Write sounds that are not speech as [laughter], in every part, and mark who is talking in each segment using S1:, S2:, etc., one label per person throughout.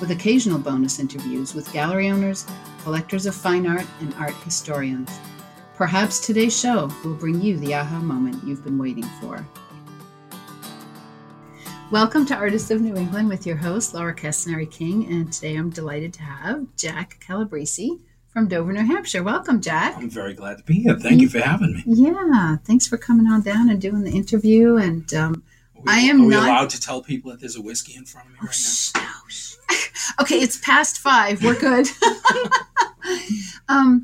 S1: with occasional bonus interviews with gallery owners, collectors of fine art, and art historians. Perhaps today's show will bring you the aha moment you've been waiting for. Welcome to Artists of New England with your host, Laura Castanary King, and today I'm delighted to have Jack Calabrese from Dover, New Hampshire. Welcome, Jack.
S2: I'm very glad to be here. Thank
S1: Mm-hmm.
S2: you for having me.
S1: Yeah, thanks for coming on down and doing the interview. And um,
S2: Are
S1: I am
S2: are we
S1: not-
S2: allowed to tell people that there's a whiskey in front of me
S1: oh,
S2: right now?
S1: sh- no, sh- [laughs] okay, it's past five. We're good. [laughs] um,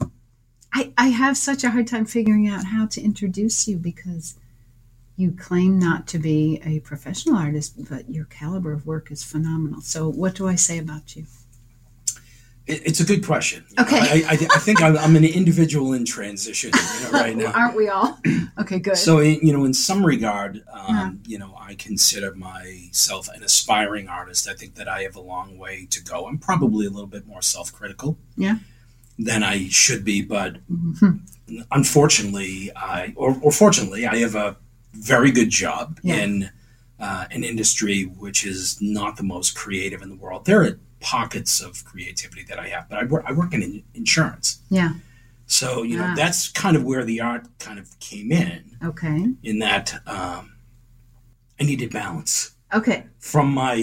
S1: I I have such a hard time figuring out how to introduce you because you claim not to be a professional artist, but your caliber of work is phenomenal. So, what do I say about you?
S2: It, it's a good question. You know,
S1: Okay.
S2: I, I, I think I'm, I'm an individual in transition you know,
S1: [laughs]
S2: right now.
S1: Aren't we all? [clears throat] Okay, good.
S2: So, in, you know, in some regard, um, you know, I consider myself an aspiring artist. I think that I have a long way to go. I'm probably a little bit more self-critical
S1: Yeah.
S2: than I should be, but
S1: Mhm.
S2: unfortunately, I or, or fortunately, I have a very good job
S1: Yeah.
S2: in uh, an industry which is not the most creative in the world. There are pockets of creativity that I have, but I work, I work in in insurance,
S1: yeah.
S2: so you
S1: Ah.
S2: know that's kind of where the art kind of came in.
S1: [laughs] Okay.
S2: In that um, I needed balance
S1: Okay.
S2: from my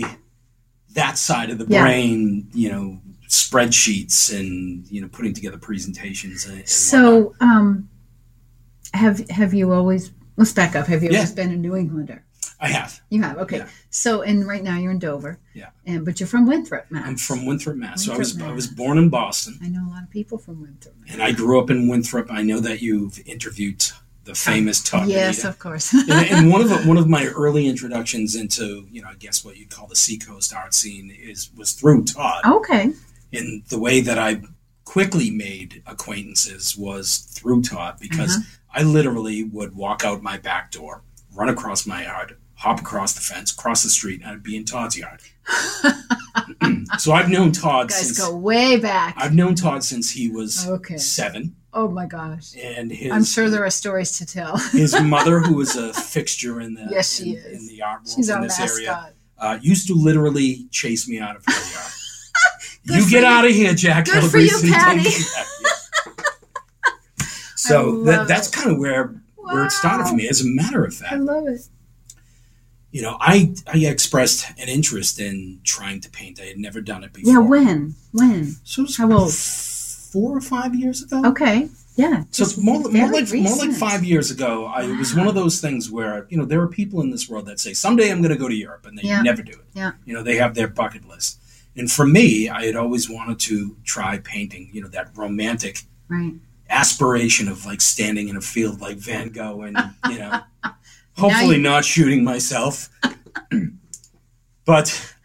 S2: that side of the
S1: Yeah.
S2: brain, you know, spreadsheets and you know putting together presentations. And, and whatnot.
S1: So, um, have have you always? Let's back up. Have you
S2: Yeah.
S1: always been a New Englander?
S2: I have.
S1: You have okay.
S2: Yeah.
S1: So and right now you're in Dover.
S2: Yeah.
S1: And but you're from Winthrop, Mass.
S2: I'm from Winthrop, Mass. so I was
S1: Winthrop,
S2: I was
S1: Mass.
S2: born in Boston,
S1: I know a lot of people from Winthrop. Mass.
S2: and I grew up in Winthrop. I know that you've interviewed the famous Todd
S1: Yes,
S2: Benita.
S1: of course.
S2: and,
S1: [laughs]
S2: and one of the, one of my early introductions into you know I guess what you'd call the seacoast art scene is was through Todd.
S1: okay.
S2: And the way that I quickly made acquaintances was through Todd because
S1: Uh-huh.
S2: I literally would walk out my back door, run across my yard, hop across the fence, cross the street, and I'd be in Todd's
S1: [laughs]
S2: yard. [clears throat] so I've known Todd
S1: You guys
S2: since
S1: go way back.
S2: I've known Todd since he was
S1: Okay.
S2: seven,
S1: oh my gosh.
S2: and his
S1: I'm sure there [laughs] are stories to tell.
S2: his mother, who was a fixture in the
S1: Yes, she
S2: in,
S1: is.
S2: in the art world
S1: [laughs] She's
S2: in
S1: our
S2: this
S1: mascot.
S2: area, uh, used to literally chase me out of her
S1: [laughs]
S2: yard.
S1: Good
S2: you
S1: for
S2: get
S1: you.
S2: out of here, Jack.
S1: Good for you,
S2: Calabrese, don't
S1: Patty. [laughs]
S2: do that." Yeah. So
S1: I love
S2: that, that's
S1: it.
S2: kind of where where it started for me. As a matter of
S1: I
S2: fact,
S1: love it.
S2: you know, I I expressed an interest in trying to paint. I had never done it before.
S1: Yeah. When? When?
S2: So it was
S1: How old?
S2: Four or five years ago.
S1: Okay. Yeah.
S2: So it's more, more
S1: very
S2: like more like
S1: recent.
S2: five years ago. I, It was one of those things where you know there are people in this world that say someday I'm going to go to Europe, and they
S1: Yeah.
S2: never do it.
S1: Yeah.
S2: You know they have their bucket list. And for me, I had always wanted to try painting. You know that romantic
S1: Right.
S2: aspiration of like standing in a field like Van Gogh, and
S1: [laughs]
S2: you know, hopefully not shooting myself. [clears throat] but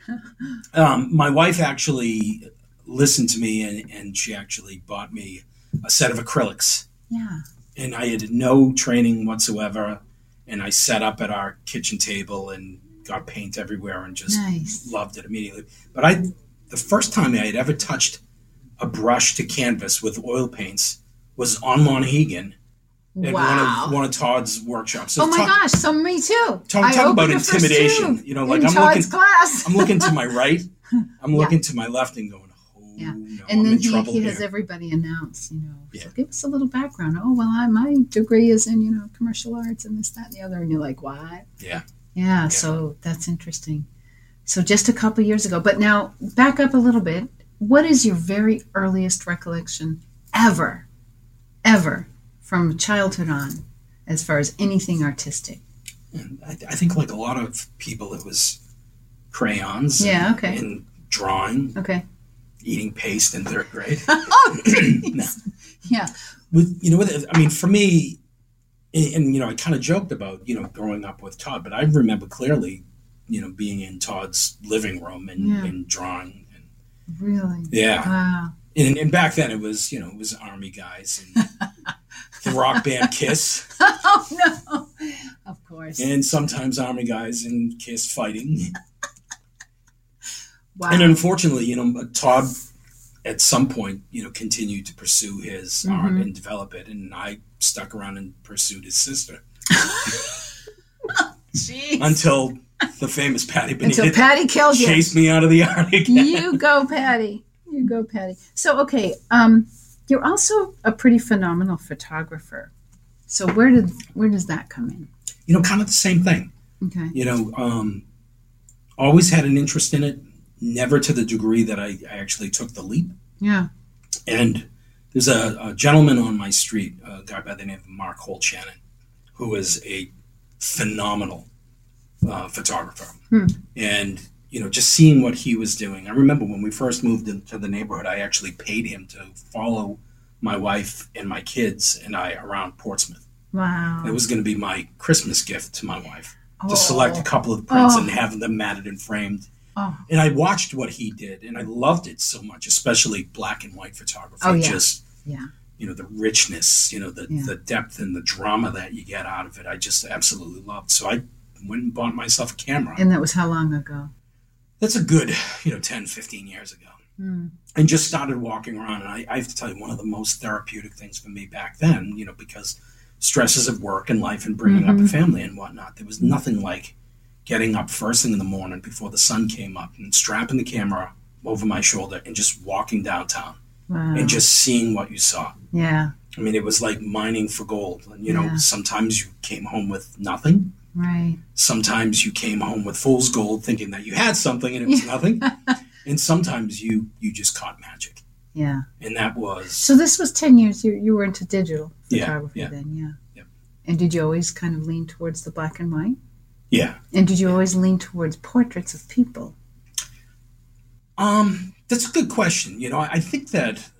S2: um, my wife actually listened to me, and, and she actually bought me a set of acrylics
S1: Yeah.
S2: and I had no training whatsoever. And I set up at our kitchen table and got paint everywhere and just
S1: Nice.
S2: loved it immediately. But I, the first time I had ever touched a brush to canvas with oil paints was on Monhegan at
S1: wow.
S2: one of one of Todd's workshops. So
S1: oh my
S2: talk,
S1: gosh. So me too.
S2: Talk,
S1: I
S2: talk
S1: opened
S2: about
S1: the first
S2: intimidation.
S1: tube
S2: You know, like
S1: in
S2: I'm
S1: Todd's
S2: looking,
S1: class.
S2: I'm looking to my
S1: [laughs]
S2: right, I'm
S1: Yeah.
S2: looking to my left, and going, oh
S1: Yeah.
S2: no,
S1: and
S2: I'm
S1: then
S2: in
S1: he,
S2: trouble
S1: he
S2: here.
S1: has everybody announce, you know,
S2: Yeah.
S1: give us a little background. Oh, well, I, my degree is in, you know, commercial arts and this, that, and the other. And you're like, what?
S2: Yeah.
S1: Yeah. So that's interesting. So just a couple years ago, but now back up a little bit. What is your very earliest recollection ever, ever from childhood on, as far as anything artistic?
S2: And I, I think, like a lot of people, it was crayons.
S1: Yeah. Okay.
S2: and drawing, [coughs]
S1: Okay. [coughs]
S2: eating paste in third grade.
S1: oh,
S2: No.
S1: [laughs] yeah.
S2: With you know, with, I mean, for me, and, and, you know, I kind of joked about you know growing up with Todd, but I remember clearly, you know, being in Todd's living room and,
S1: Yeah.
S2: and drawing. And,
S1: Really.
S2: yeah,
S1: Wow. [laughs]
S2: and, and back then it was you know it was army guys and the rock band Kiss,
S1: oh no! Of course.
S2: and sometimes army guys in Kiss fighting.
S1: Wow.
S2: And unfortunately, you know, Todd at some point, you know, continued to pursue his art
S1: Mhm.
S2: and develop it, and I stuck around and pursued his sister
S1: Jeez.
S2: until the famous Patty Benita
S1: Until oh, Patty killed you.
S2: chased me out of the art again.
S1: [laughs] you go patty you go patty so okay um you're also a pretty phenomenal photographer so where did where does that come in
S2: You know, kind of the same thing.
S1: okay
S2: you know, um, always had an interest in it, never to the degree that I, I actually took the leap.
S1: yeah
S2: And there's a, a gentleman on my street, a guy by the name of Mark Holt Shannon, who is a phenomenal uh, photographer.
S1: Hmm.
S2: And, you know, just seeing what he was doing. I remember when we first moved into the neighborhood, I actually paid him to follow my wife and my kids and I around Portsmouth.
S1: wow
S2: It was going to be my Christmas gift to my wife
S1: Oh.
S2: to select a couple of prints
S1: Oh.
S2: and have them matted and framed.
S1: Oh.
S2: And I watched what he did, and I loved it so much, especially black and white photography.
S1: Oh, yeah.
S2: Just
S1: Yeah.
S2: you know the richness, you know the
S1: Yeah.
S2: the depth and the drama that you get out of it. I just absolutely loved. So I went and bought myself a camera.
S1: and that was how long ago
S2: That's a good you know 10, 15 years ago.
S1: Hmm.
S2: And just started walking around, and I, I have to tell you, one of the most therapeutic things for me back then, you know, because stresses of work and life and bringing up a
S1: Mhm.
S2: family and whatnot, there was nothing like getting up first thing in the morning before the sun came up and strapping the camera over my shoulder and just walking downtown
S1: wow
S2: and just seeing what you saw.
S1: yeah
S2: I mean, it was like mining for gold. And, you know,
S1: Yeah.
S2: sometimes you came home with nothing.
S1: right
S2: Sometimes you came home with fool's gold thinking that you had something and it was nothing. And sometimes you you just caught magic.
S1: yeah
S2: And that was
S1: so this was 10 years you, you were into digital
S2: Yeah,
S1: photography
S2: yeah.
S1: then yeah
S2: Yep.
S1: and did you always kind of lean towards the black and white
S2: yeah.
S1: and did you always lean towards portraits of people
S2: Um, that's a good question. You know, I, I think that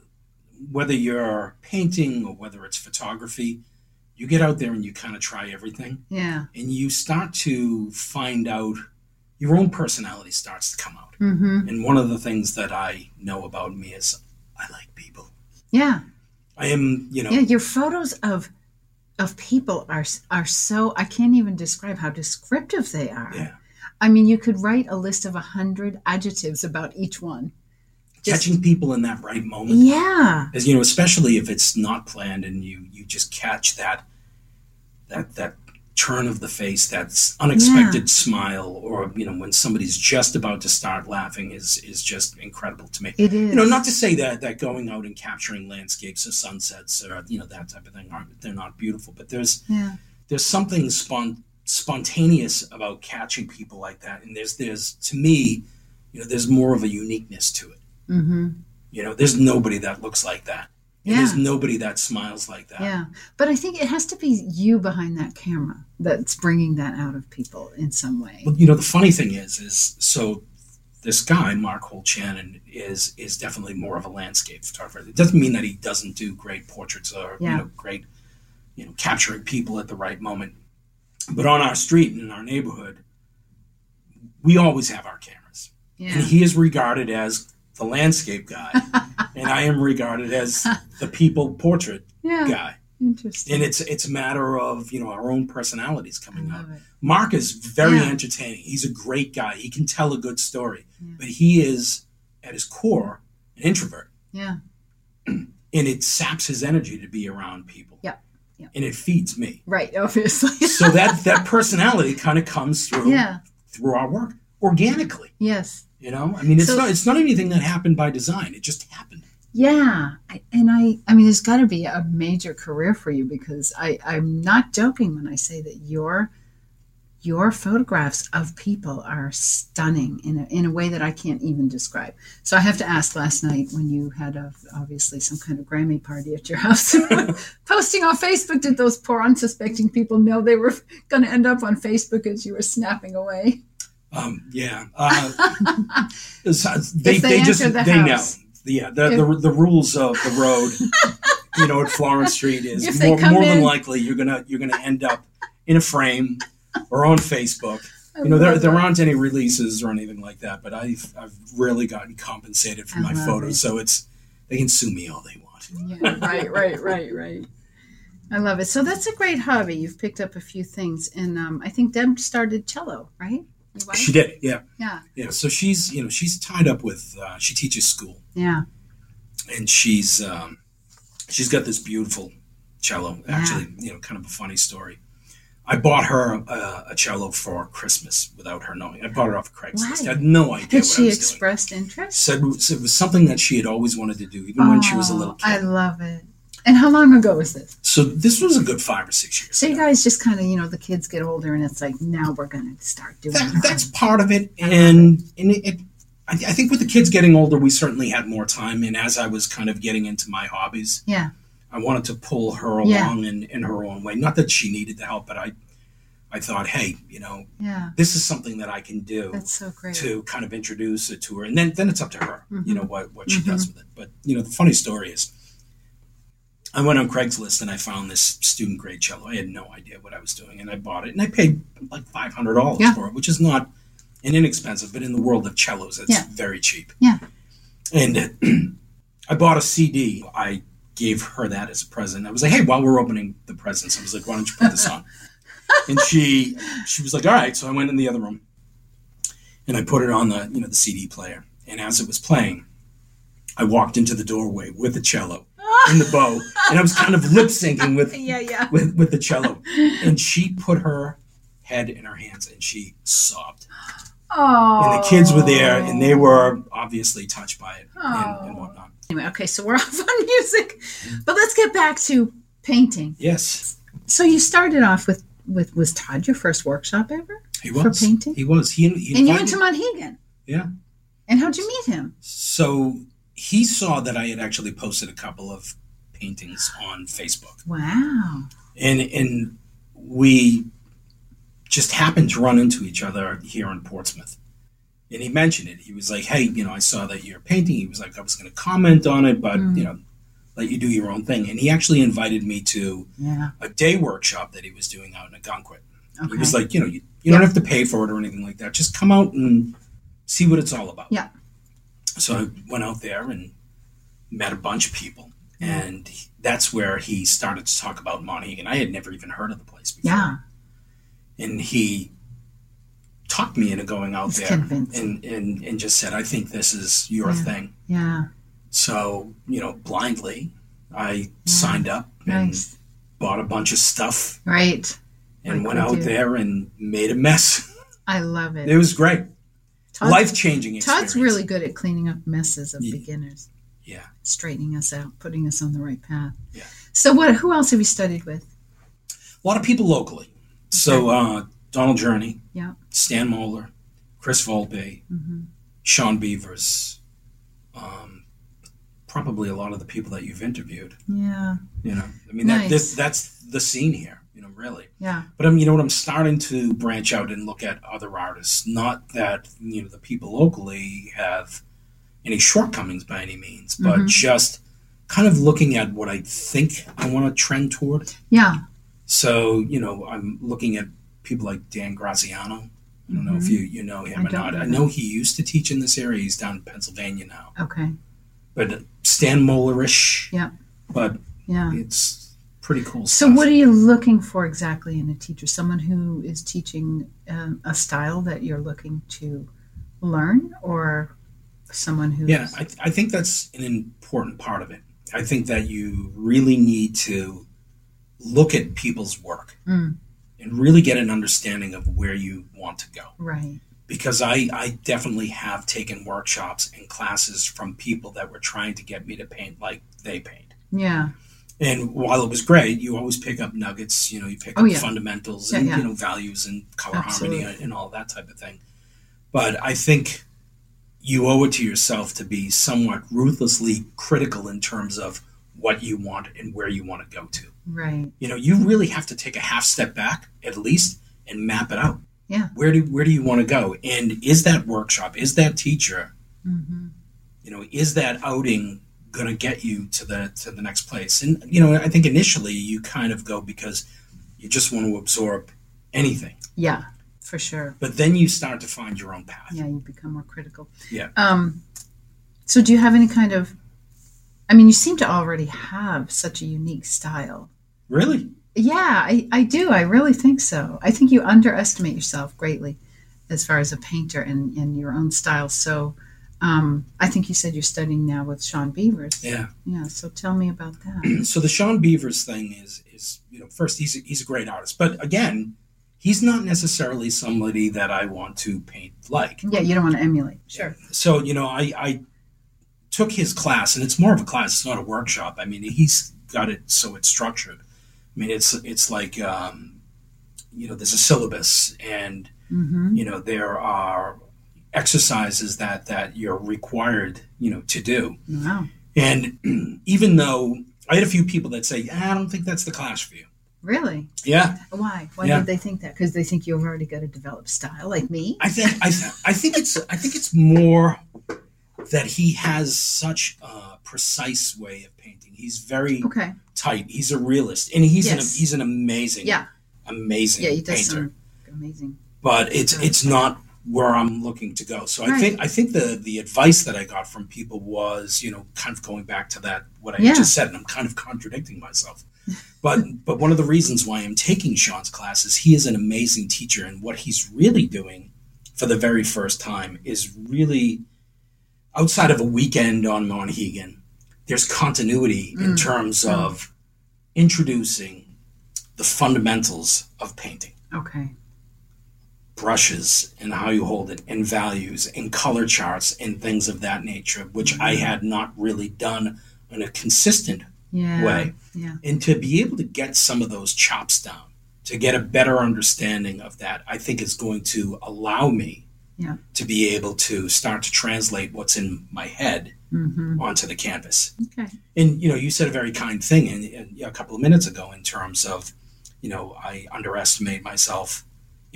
S2: whether you're painting or whether it's photography, you get out there and you kind of try everything,
S1: yeah
S2: and you start to find out your own personality starts to come out.
S1: mm-hmm
S2: And one of the things that I know about me is I like people.
S1: yeah
S2: I am, you know,
S1: Yeah, your photos of of people are are so I can't even describe how descriptive they are.
S2: Yeah.
S1: I mean, you could write a list of a hundred adjectives about each one. Just-
S2: catching people in that right moment.
S1: Yeah,
S2: As you know, especially if it's not planned and you you just catch that that that turn of the face, that s- unexpected smile, or you know when somebody's just about to start laughing is is just incredible to me.
S1: it is.
S2: You know, not to say that that going out and capturing landscapes or sunsets or you know that type of thing aren't they're not beautiful, but there's
S1: Yeah,
S2: there's something spon- spontaneous about catching people like that, and there's there's to me, you know, there's more of a uniqueness to it.
S1: mm-hmm.
S2: You know, there's nobody that looks like that. And
S1: Yeah.
S2: There's nobody that smiles like that.
S1: yeah. But I think it has to be you behind that camera that's bringing that out of people in some way.
S2: But you know, the funny thing is, is so this guy Mark Holt Shannon is is definitely more of a landscape photographer. It doesn't mean that he doesn't do great portraits or
S1: Yeah.
S2: you know great you know capturing people at the right moment. But on our street and in our neighborhood, we always have our cameras.
S1: Yeah,
S2: and he is regarded as the
S1: [laughs]
S2: landscape guy, and I am regarded as the people portrait
S1: yeah.
S2: guy.
S1: Interesting.
S2: And it's it's a matter of you know our own personalities coming
S1: I
S2: out.
S1: love it.
S2: Mark is very
S1: Mm-hmm. Yeah.
S2: entertaining. He's a great guy. He can tell a good story,
S1: Yeah.
S2: but he is at his core an introvert,
S1: Yeah,
S2: and it saps his energy to be around people.
S1: Yeah. Yeah.
S2: and it feeds me.
S1: right. [laughs] Obviously.
S2: so
S1: [laughs]
S2: that that personality kind of comes through
S1: yeah.
S2: through our work organically.
S1: Yes.
S2: You know, I mean, it's
S1: So-
S2: not it's not anything that happened by design. It just happened.
S1: Yeah, I, and I I mean there's got to be a major career for you because I I'm not joking when I say that your your photographs of people are stunning in a, in a way that I can't even describe. So I have to ask last night when you had a, obviously some kind of Grammy party at your [laughs]
S2: [laughs]
S1: house posting on Facebook did those poor unsuspecting people know they were [laughs] going to end up on Facebook as you were snapping away?
S2: Um, yeah, uh,
S1: [laughs]
S2: it's- it's- they,
S1: If they
S2: they, just
S1: enter the
S2: they
S1: house.
S2: know. Yeah, the, the the rules of the road,
S1: [laughs]
S2: you know, at Florence Street
S1: If
S2: is
S1: they
S2: more,
S1: come
S2: more than
S1: in-
S2: likely you're gonna you're gonna end up in a frame or on Facebook.
S1: I
S2: You know, there
S1: love
S2: there
S1: that.
S2: aren't any releases or anything like that, but I've I've really gotten compensated for
S1: I
S2: my
S1: love
S2: photos,
S1: it.
S2: so it's they can sue me all they want.
S1: Yeah, right, right, right, right. I love it. So that's a great hobby. You've picked up a few things, and um, I think Deb started cello, right? Your wife?
S2: She did, yeah,
S1: yeah,
S2: yeah. So she's you know she's tied up with uh, she teaches school
S1: yeah.
S2: and she's um, she's got this beautiful cello. Actually, you know, kind of a funny story. I bought her uh, a cello for Christmas without her knowing. I bought it off Craigslist.
S1: Why?
S2: I had no idea
S1: Had
S2: what I
S1: she
S2: was doing.
S1: expressed interest?
S2: Said so it was something that she had always wanted to do, even when she was a
S1: Oh,
S2: little
S1: I
S2: kid.
S1: love it. And how long ago was this?
S2: So this was a good five or six years.
S1: So you
S2: ago.
S1: guys just kind of, you know, the kids get older, and it's like now we're going to start doing
S2: that,
S1: our-
S2: that's part of it, and and it. it I, I think with the kids getting older, we certainly had more time. And as I was kind of getting into my hobbies,
S1: yeah,
S2: I wanted to pull her
S1: Yeah.
S2: along in, in her own way. Not that she needed the help, but I, I thought, hey, you know,
S1: yeah.
S2: this is something that I can do
S1: That's so great.
S2: to kind of introduce it to her, and then then it's up to her, you
S1: Mhm.
S2: know, what what she does with it. But you know, the funny story is, I went on Craigslist and I found this student grade cello. I had no idea what I was doing, and I bought it, and I paid like five hundred dollars
S1: Yeah.
S2: for it, which is not an inexpensive, but in the world of cellos, it's
S1: Yeah.
S2: very cheap.
S1: Yeah.
S2: and [clears throat] I bought a CD. I gave her that as a present. I was like, hey, while we're opening the presents, I was like, why don't you put this
S1: [laughs]
S2: on? and she she was like, all right. So I went in the other room and I put it on the you know the CD player. And as it was playing, I walked into the doorway with
S1: [laughs]
S2: a cello in the bow, and I was kind of lip syncing with
S1: yeah, yeah.
S2: with with the cello. And she put her head in her hands and she sobbed.
S1: Oh.
S2: And the kids were there, and they were obviously touched by it and, and
S1: Oh.
S2: whatnot.
S1: Anyway, okay, so we're [laughs] off on music, but let's get back to painting.
S2: Yes,
S1: So you started off with with was Todd your first workshop ever,
S2: he
S1: For
S2: was.
S1: painting?
S2: He was. He, he
S1: and you went
S2: invited-
S1: to Monhegan.
S2: Yeah.
S1: And how'd you meet him?
S2: So he saw that I had actually posted a couple of paintings on Facebook.
S1: Wow.
S2: and and we just happened to run into each other here in Portsmouth. And he mentioned it. He was like, "Hey, you know, I saw that you're painting." He was like, "I was going to comment on it, but
S1: Mm.
S2: you know, let you do your own thing." And he actually invited me to
S1: Yeah.
S2: a day workshop that he was doing out in Algonquin.
S1: Okay.
S2: He was like, "You know, you, you don't have to pay for it or anything like that. Just come out and see what it's all about."
S1: Yeah.
S2: So I went out there and met a bunch of people, and that's where he started to talk about Monhegan. I had never even heard of the place before
S1: yeah.
S2: and he talked me into going out
S1: He's
S2: there
S1: convinced.
S2: and, and, and just said, I think this is your
S1: Yeah.
S2: thing.
S1: Yeah.
S2: So, you know, blindly, I signed up and
S1: Nice.
S2: bought a bunch of stuff
S1: Right.
S2: and
S1: Like
S2: went
S1: we
S2: out
S1: do.
S2: there and made a mess.
S1: I love it.
S2: It was great.
S1: Todd's-
S2: Life changing experience.
S1: Todd's really good at cleaning up messes of
S2: Ye-
S1: beginners,
S2: Yeah.
S1: straightening us out, putting us on the right path.
S2: Yeah.
S1: So what? Who else have you studied with?
S2: A lot of people locally. So, uh, Donald Journey,
S1: Yeah.
S2: Stan Moeller, Chris Volpe,
S1: hmm
S2: Sean Beavers, um, probably a lot of the people that you've interviewed.
S1: Yeah.
S2: You know, I mean, that,
S1: Nice.
S2: this, that's the scene here, you know, really.
S1: Yeah.
S2: But I mean, you know what? I'm starting to branch out and look at other artists. Not that, you know, the people locally have any shortcomings by any means, but
S1: Mhm.
S2: just kind of looking at what I think I want to trend toward.
S1: Yeah.
S2: So, you know, I'm looking at people like Dan Graziano. I don't know if you, you know
S1: Mm-hmm. I
S2: him or
S1: don't
S2: not.
S1: know
S2: I
S1: him.
S2: know he used to teach in this area. He's down in Pennsylvania now.
S1: Okay.
S2: But Stan Moellerish.
S1: Yeah.
S2: But
S1: Yeah.
S2: it's pretty cool
S1: So,
S2: stuff.
S1: what are you looking for exactly in a teacher? Someone who is teaching um, a style that you're looking to learn, or someone who
S2: Yeah, I, I think that's an important part of it. I think that you really need to look at people's work
S1: Mm.
S2: and really get an understanding of where you want to go.
S1: right?
S2: Because I, I definitely have taken workshops and classes from people that were trying to get me to paint like they paint.
S1: Yeah,
S2: And while it was great, you always pick up nuggets, you know, you pick
S1: Oh,
S2: up
S1: yeah.
S2: fundamentals
S1: Yeah,
S2: and,
S1: yeah.
S2: you know, values and color harmony
S1: Absolutely.
S2: and all that type of thing. But I think you owe it to yourself to be somewhat ruthlessly critical in terms of what you want and where you want to go to.
S1: right.
S2: You know, you really have to take a half step back at least and map it out.
S1: Yeah.
S2: Where do where do you want to go? And is that workshop, is that teacher,
S1: hmm
S2: you know, is that outing going to get you to the to the next place? And you know, I think initially you kind of go because you just want to absorb anything,
S1: Yeah, for sure.
S2: but then you start to find your own path.
S1: Yeah, you become more critical.
S2: Yeah.
S1: Um, so, do you have any kind of? I mean, you seem to already have such a unique style.
S2: Really?
S1: Yeah, I, I do. I really think so. I think you underestimate yourself greatly as far as a painter and, and your own style. So um, I think you said you're studying now with Sean Beavers.
S2: Yeah. [clears throat]
S1: Yeah. So tell me about that.
S2: So the Sean Beavers thing is is you know first he's a, he's a great artist, but again, he's not necessarily somebody that I want to paint like.
S1: yeah, you don't want to emulate. Sure.
S2: So you know I I took his class, and it's more of a class. It's not a workshop. I mean, he's got it so it's structured. I mean, it's it's like um, you know there's a syllabus and
S1: Mm-hmm.
S2: you know there are exercises that that you're required you know to do
S1: Wow.
S2: and [clears throat] even though i had a few people that say "Ah, i don't think that's the class for you
S1: Really?
S2: yeah
S1: Why? Why
S2: Yeah.
S1: did they think that? Because they think you've already got a developed style, like me.
S2: i think i, th- I think it's i think it's more that he has such a precise way of painting he's very
S1: Okay.
S2: tight he's a realist and he's an
S1: Yes.
S2: he's an amazing
S1: Yeah.
S2: amazing
S1: Yeah, he does
S2: painter
S1: some amazing.
S2: but it's
S1: Right.
S2: it's not where I'm looking to go. So I
S1: Right.
S2: think I think the the advice that I got from people was, you know, kind of going back to that what I
S1: Yeah.
S2: just said, and I'm kind of contradicting myself.
S1: [laughs]
S2: But but one of the reasons why I'm taking Sean's class is he is an amazing teacher, and what he's really doing for the very first time is really outside of a weekend on Monhegan. There's continuity in terms
S1: Mm.
S2: of introducing the fundamentals of painting
S1: Okay.
S2: brushes and how you hold it and values and color charts and things of that nature which i had not really done in a consistent
S1: Yeah.
S2: Way.
S1: Yeah.
S2: and to be able to get some of those chops down to get a better understanding of that i think is going to allow me
S1: Yeah.
S2: to be able to start to translate what's in my head
S1: Mm-hmm.
S2: onto the canvas
S1: Okay.
S2: and you know you said a very kind thing in, in, a couple of minutes ago in terms of you know i underestimate myself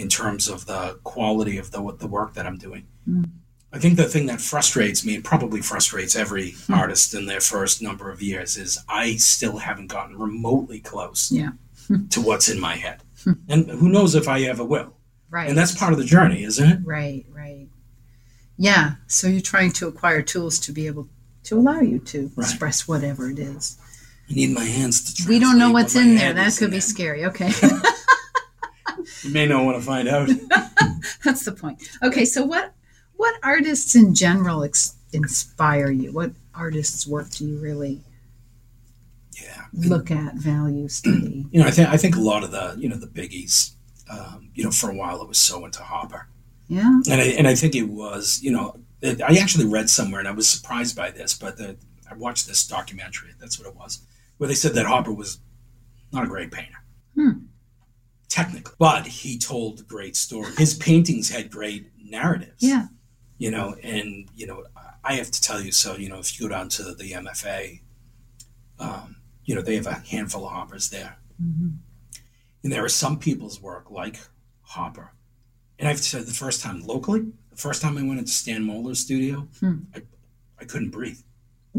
S2: in terms of the quality of the what the work that i'm doing
S1: Mm.
S2: i think the thing that frustrates me and probably frustrates every
S1: Hmm.
S2: artist in their first number of years is i still haven't gotten remotely close
S1: Yeah. Hmm.
S2: to what's in my head and who knows if i ever will
S1: Right.
S2: and that's part of the journey isn't it
S1: Right, right. Yeah, so you're trying to acquire tools to be able to allow you to
S2: Right.
S1: express whatever it is.
S2: i need my hands to
S1: We don't know
S2: translate what
S1: what's
S2: my
S1: in there.
S2: head
S1: That
S2: is
S1: could
S2: in
S1: be
S2: there. [laughs]
S1: scary. Okay. [laughs]
S2: you may not want to find out
S1: That's the point. Okay, so what what artists in general ex- inspire you? What artists' work do you really
S2: yeah
S1: look at, value, study?
S2: you know, I think I think a lot of the you know the biggies. Um, you know, for a while it was so into Hopper,
S1: Yeah.
S2: and I and I think it was you know it, I actually read somewhere and I was surprised by this, but the, I watched this documentary. That's what it was, where they said that Hopper was not a great painter,
S1: Hmm.
S2: technically, but he told great stories. His paintings had great narratives.
S1: Yeah.
S2: you know, and you know I have to tell you. So you know, if you go down to the MFA, um, you know they have a handful of Hoppers there. Mm-hmm.
S1: Mhm.
S2: And there are some people's work, like Hopper. And I've said the first time locally, the first time I went into Stan Moeller's studio,
S1: Hmm.
S2: I, I couldn't breathe. [laughs]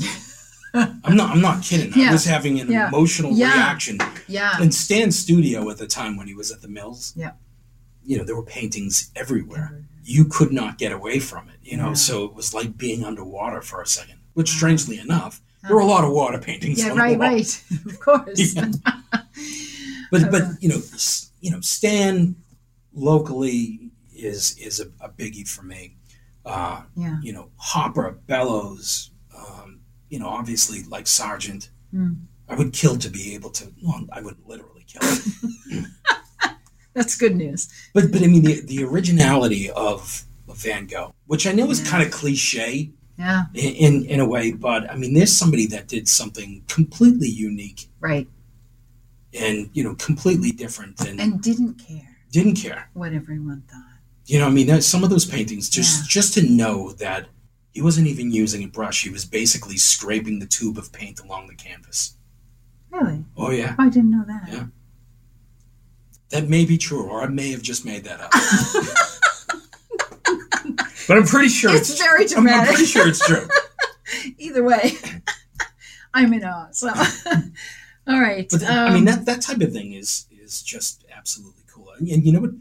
S2: I'm not. I'm not kidding. I
S1: Yeah.
S2: was having an
S1: Yeah.
S2: emotional
S1: Yeah.
S2: reaction.
S1: Yeah.
S2: In Stan's studio at the time when he was at the Mills,
S1: Yeah.
S2: you know there were paintings everywhere. You could not get away from it. You know,
S1: Yeah.
S2: so it was like being underwater for a second. Which,
S1: Wow.
S2: strangely enough, there were a lot of water paintings.
S1: Yeah,
S2: on the
S1: right,
S2: wall.
S1: right. [laughs] Of course.
S2: Yeah. but but
S1: Uh,
S2: you know s- you know Stan locally is is a, a biggie for me. Uh,
S1: [laughs] Yeah.
S2: you know Hopper, Bellows, um, you know obviously like Sargent.
S1: Mm.
S2: I would kill to be able to. Well, I would literally kill.
S1: That's good news.
S2: [laughs] but but I mean the, the originality of, of Van Gogh, which I know is
S1: Yeah.
S2: kind of cliche
S1: Yeah.
S2: in, in in a way, but I mean there's somebody that did something completely unique
S1: Right.
S2: and you know completely different and,
S1: And didn't care
S2: didn't care.
S1: what everyone thought.
S2: You know, I mean, that, some of those paintings, just
S1: Yeah.
S2: just to know that he wasn't even using a brush; he was basically scraping the tube of paint along the canvas.
S1: Really?
S2: Oh yeah,
S1: Oh, I didn't know that.
S2: Yeah. that may be true, or I may have just made
S1: [laughs]
S2: that up. but I'm pretty sure it's,
S1: It's very
S2: I'm, I'm
S1: dramatic.
S2: pretty sure it's
S1: [laughs]
S2: true.
S1: Either way, [laughs] I'm in awe. So, [laughs] all right. Um,
S2: But I mean, that that type of thing is is just absolutely cool. And, and you know what?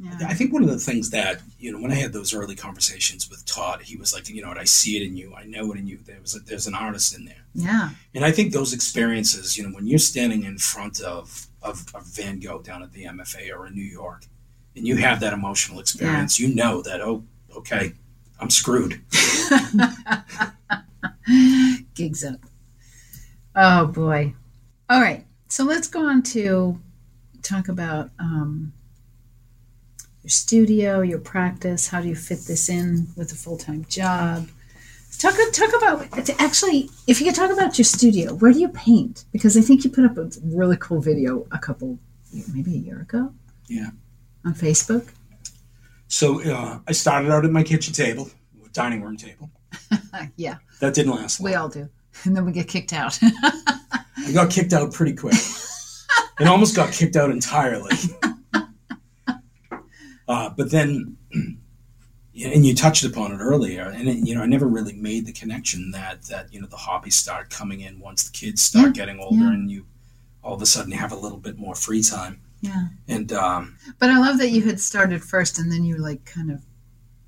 S1: Yeah.
S2: I think one of the things that, you know, when I had those early conversations with Todd, he was like, you know what, I see it in you. I know it in you. There was a, there's an artist in there.
S1: Yeah.
S2: And I think those experiences, you know, when you're standing in front of, of, of Van Gogh down at the MFA or in New York, and you have that emotional experience, you know that, oh, okay, I'm screwed.
S1: [laughs] Gigs up. Oh boy. All right. So let's go on to talk about um, your studio, your practice. How do you fit this in with a full time job? Talk talk about actually, if you could talk about your studio, where do you paint? Because I think you put up a really cool video a couple, maybe a year ago.
S2: Yeah.
S1: On Facebook.
S2: So uh, I started out at my kitchen table, dining room table.
S1: Uh, yeah,
S2: That didn't last long.
S1: we all do, [laughs] and then we get kicked out. [laughs]
S2: I got kicked out pretty quick. and almost got kicked
S1: [laughs]
S2: out entirely. Uh, but then, and you touched upon it earlier, and it, you know, I never really made the connection that that you know the hobbies start coming in once the kids start
S1: Yeah,
S2: getting older,
S1: yeah.
S2: and you all of a sudden have a little bit more free time.
S1: yeah.
S2: And um,
S1: But I love that you had started first, and then you like kind of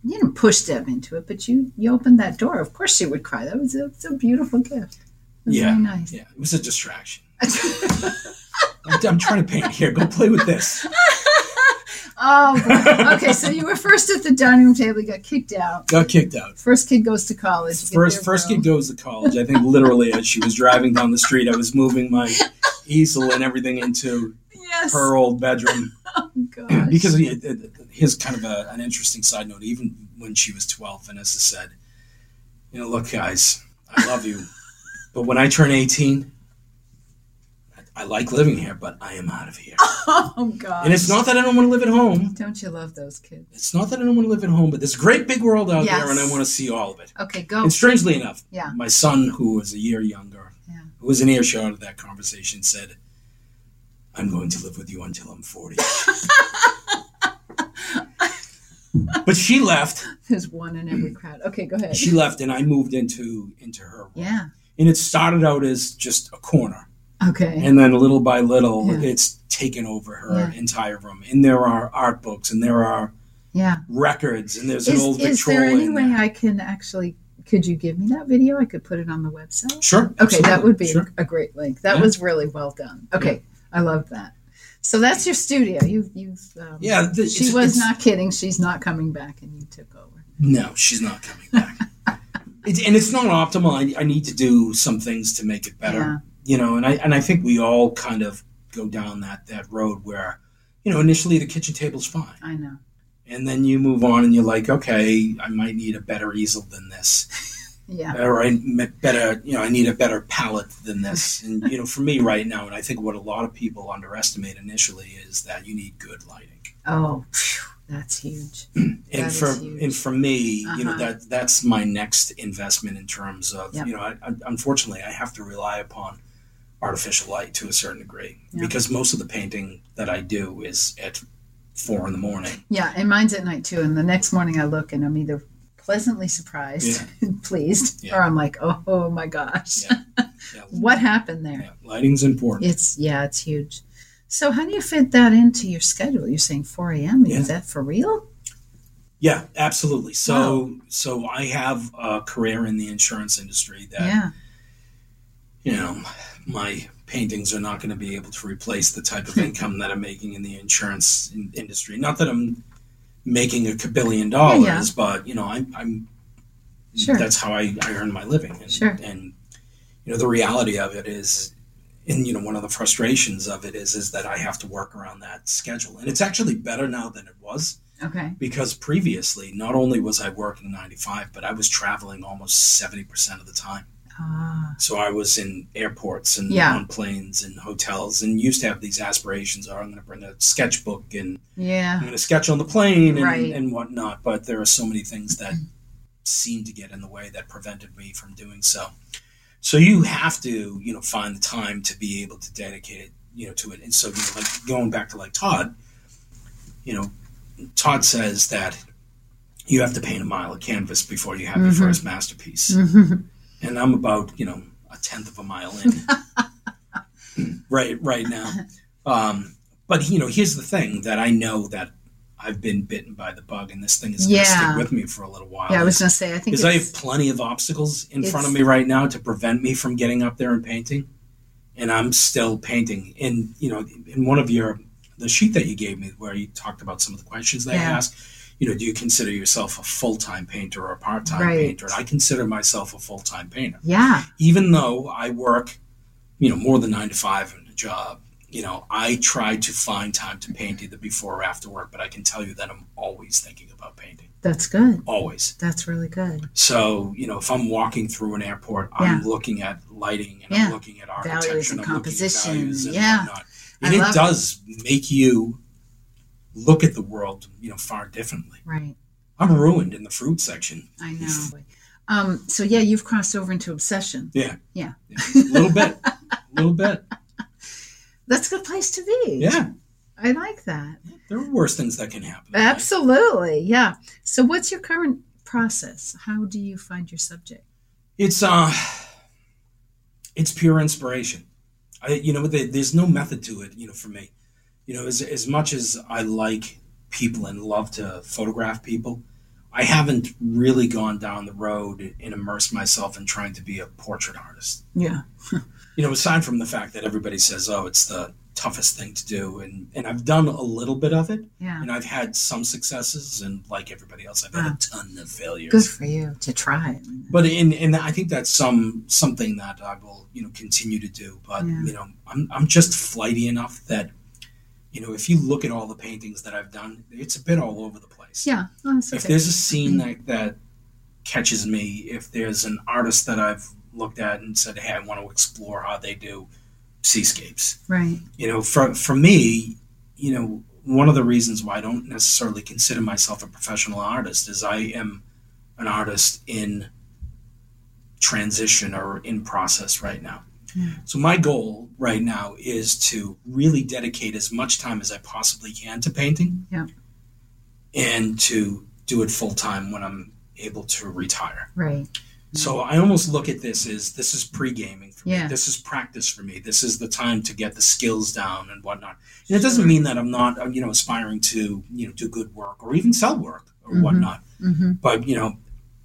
S1: you didn't push Deb into it, but you you opened that door. Of course, she would cry. That was a, it's a beautiful gift. It was
S2: Yeah.
S1: very nice. [laughs]
S2: yeah, it was a distraction. I'm, I'm trying to paint here. Go play with this.
S1: oh, boy. okay. So you were first at the dining room table. You got kicked out.
S2: Got kicked out.
S1: First kid goes to college. You get
S2: First,
S1: your
S2: first
S1: room.
S2: kid goes to college. I think literally as she was driving down the street, I was
S1: [laughs]
S2: moving my easel and everything into
S1: Yes.
S2: her
S1: [clears throat]
S2: old bedroom
S1: Gosh.
S2: [clears throat] because he, it- it- here's kind of a, an interesting side note. Even when she was 12, Vanessa said, "You know, look, guys, I love you, but when I turn 18, I, I like living here, but I am out of here.
S1: [laughs] oh God.
S2: And it's not that I don't want to live at home.
S1: Don't you love those kids?
S2: It's not that I don't want to live at home, but there's a great big world out there, and I
S1: Yes. Oh.
S2: want to see all of it."
S1: Okay, go.
S2: And strangely enough,
S1: Yeah.
S2: my son, who was a year younger,
S1: Yeah.
S2: who was an earshot of that conversation, said, I'm going to live with you until
S1: [laughs]
S2: I'm 40. but she left.
S1: There's one in every crowd. Okay, go ahead.
S2: She left, and I moved into into her room.
S1: Yeah.
S2: And it started out as just a corner.
S1: Okay.
S2: And then little by little,
S1: Yeah.
S2: it's taken over her
S1: Yeah.
S2: entire room. And there are art books, and there are
S1: Yeah.
S2: records, and there's an
S1: Is,
S2: old
S1: is there
S2: Victrola
S1: any
S2: in
S1: way
S2: there.
S1: I can actually? Could you give me that video? I could put it on the website.
S2: Sure.
S1: Okay, that
S2: absolutely,
S1: would be
S2: Sure.
S1: a great link. That
S2: Yeah.
S1: was really well done. Okay, I love that. So that's your studio. You, you've um,
S2: Yeah. th-
S1: She
S2: it's-
S1: was
S2: it's-
S1: not kidding. She's not coming back, and you took over.
S2: No, she's not coming back. it's, and it's not optimal. I, I need to do some things to make it better.
S1: Yeah.
S2: You know, and I and I think we all kind of go down that that road where, you know, initially the kitchen table's fine,
S1: I know.
S2: and then you move on and you're like, okay, I might need a better easel than this,
S1: Yeah,
S2: or I m- better, you know, I need a better palette than this. And you know, for me right now, and I think what a lot of people underestimate initially is that you need good lighting.
S1: Oh, phew, that's huge. That
S2: and
S1: is
S2: for
S1: huge.
S2: and for me, you know
S1: Uh-huh.
S2: that that's my next investment in terms of
S1: Yep.
S2: you know. I, I, unfortunately, I have to rely upon artificial light to a certain degree
S1: Yeah.
S2: because most of the painting that I do is at four in the morning.
S1: [laughs] Yeah, and mine's at night too. And the next morning, I look, and I'm either pleasantly surprised, [laughs] pleased,
S2: Yeah.
S1: or I'm like, oh, oh my gosh,
S2: Yeah. Yeah,
S1: what happened there?
S2: yeah, lighting's important.
S1: It's yeah, it's huge. So how do you fit that into your schedule? You're saying 4 a.m.
S2: Yeah.
S1: Is that for real?
S2: Yeah, absolutely. So
S1: Oh.
S2: so I have a career in the insurance industry that
S1: yeah.
S2: you know my paintings are not going to be able to replace the type
S1: Hmm.
S2: of income that I'm making in the insurance in- industry. Not that I'm making a cabillion dollars,
S1: Yeah, yeah.
S2: but you know I'm, I'm
S1: Sure.
S2: that's how I, I earn my living. And,
S1: Sure.
S2: and you know the reality of it is, and you know one of the frustrations of it is is that I have to work around that schedule, and it's actually better now than it was
S1: Okay.
S2: because previously not only was I working nine to five, but I was traveling almost seventy percent of the time.
S1: Ah.
S2: So I was in airports and
S1: Yeah.
S2: on planes and hotels and used to have these aspirations. Oh, I'm going to bring a sketchbook and I'm
S1: yeah.
S2: going to sketch on the plane and,
S1: Right.
S2: and whatnot. But there are so many things that seem to get in the way that prevented me from doing so. So you have to, you know, find the time to be able to dedicate it, you know, to it. And so, you know, like going back to like Todd, you know, Todd says that you have to paint a mile of canvas before you have your
S1: Mhm.
S2: first masterpiece Um,
S1: Mhm.
S2: and I'm about you know a tenth of a mile in
S1: [laughs]
S2: right right now. Um, but you know, here's the thing that I know that I've been bitten by the bug, and this thing is
S1: Yeah.
S2: going to stick with me for a little
S1: [laughs]
S2: while.
S1: Yeah, I was gonna say. I think
S2: because I
S1: it's,
S2: have plenty of obstacles in front of
S1: it's-
S2: me right now to prevent me from getting up there and painting, and I'm still painting. And you know, in one of your the sheet that you gave me where you talked about some of the questions they
S1: Yeah.
S2: ask, you know, do you consider yourself a full time painter or a part time
S1: Right.
S2: painter? And I consider myself a full time painter,
S1: yeah,
S2: even though I work, you know, more than nine to five in a job. You know, I try to find time to paint either before or after work, but I can tell you that I'm always thinking about painting.
S1: that's good.
S2: Always.
S1: That's really good.
S2: So, you know, if I'm walking through an airport, I'm looking at lighting and I'm
S1: Yeah.
S2: looking at
S1: Values
S2: architecture
S1: and
S2: I'm looking at
S1: composition,
S2: values and
S1: yeah.
S2: whatnot.
S1: I
S2: And it
S1: love it.
S2: does make you look at the world, you know, far differently.
S1: Right.
S2: I'm ruined in the fruit section
S1: I know. Um, so yeah, you've crossed over into obsession.
S2: a little bit, a little bit.
S1: That's a good place to be.
S2: Yeah,
S1: I like that.
S2: there are worse things that can happen.
S1: Absolutely. Yeah. So what's your current process? How do you find your subject?
S2: It's uh, it's pure inspiration. I, you know, there, there's no method to it. You know, for me, you know, as as much as I like people and love to photograph people, I haven't really gone down the road and immersed myself in trying to be a portrait artist.
S1: Yeah.
S2: You know, aside from the fact that everybody says, "Oh, it's the toughest thing to do," and and I've done a little bit of it,
S1: Yeah.
S2: and I've had some successes, and like everybody else, I've had a ton of failures.
S1: Good for you to try it.
S2: But in and I think that's some something that I will you know continue to do. But
S1: Yeah.
S2: you know I'm I'm just flighty enough that you know if you look at all the paintings that I've done, it's a bit all over the place.
S1: Yeah. Oh, that's
S2: If
S1: okay.
S2: there's a
S1: [clears throat]
S2: scene that that catches me, if there's an artist that I've looked at and said, hey, I want to explore how they do seascapes
S1: Right.
S2: you know for for me you know one of the reasons why i don't necessarily consider myself a professional artist is i am an artist in transition or in process right now
S1: Yeah.
S2: so my goal right now is to really dedicate as much time as i possibly can to painting
S1: Yeah.
S2: and to do it full time when i'm able to retire
S1: Right.
S2: so I almost look at this as this is pre gaming for
S1: Yeah.
S2: me. This is practice for me. This is the time to get the skills down and whatnot. And it doesn't mean that I'm not, uh, you know, aspiring to, you know, do good work or even sell work or
S1: Mhm.
S2: whatnot.
S1: Mm-hmm.
S2: But, you know,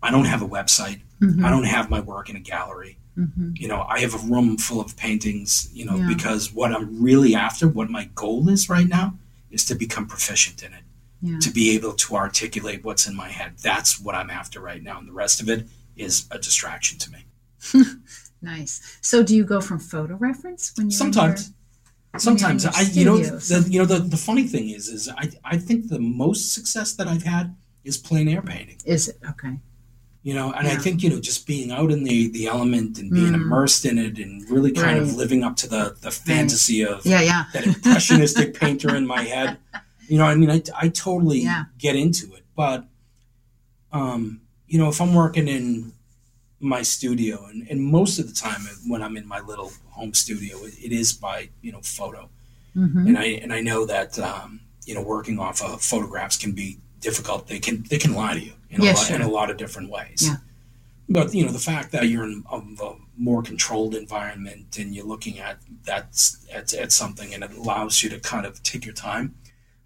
S2: I don't have a website.
S1: Mm-hmm.
S2: I don't have my work in a gallery.
S1: mm-hmm.
S2: You know, I have a room full of paintings, you know,
S1: Yeah.
S2: because what I'm really after, what my goal is right now, is to become proficient in it,
S1: Yeah.
S2: to be able to articulate what's in my head. That's what I'm after right now. And the rest of it is a distraction to me.
S1: Nice. So do you go from photo reference when you
S2: Sometimes. Sometimes
S1: your
S2: I, you know,
S1: studios.
S2: the, you know, the, the funny thing is, is I, I think the most success that I've had is plein air painting.
S1: Is it okay?
S2: You know, and I
S1: Yeah.
S2: think you know, just being out in the the element and being
S1: Mm.
S2: immersed in it, and really kind
S1: Right.
S2: of living up to the the fantasy of
S1: Yeah. Yeah.
S2: that impressionistic painter in my head. You know, I mean, I, I totally
S1: Yeah.
S2: get into it, but um, you know, if I'm working in my studio, and, and most of the time when I'm in my little home studio, it, it is by you know photo.
S1: Mm-hmm.
S2: and I and I know that um, you know working off of photographs can be difficult. They can they can lie to you in,
S1: Yeah,
S2: a, lot,
S1: sure.
S2: in a lot of different ways.
S1: Yeah.
S2: But you know the fact that you're in a, a more controlled environment and you're looking at that's at, at something and it allows you to kind of take your time.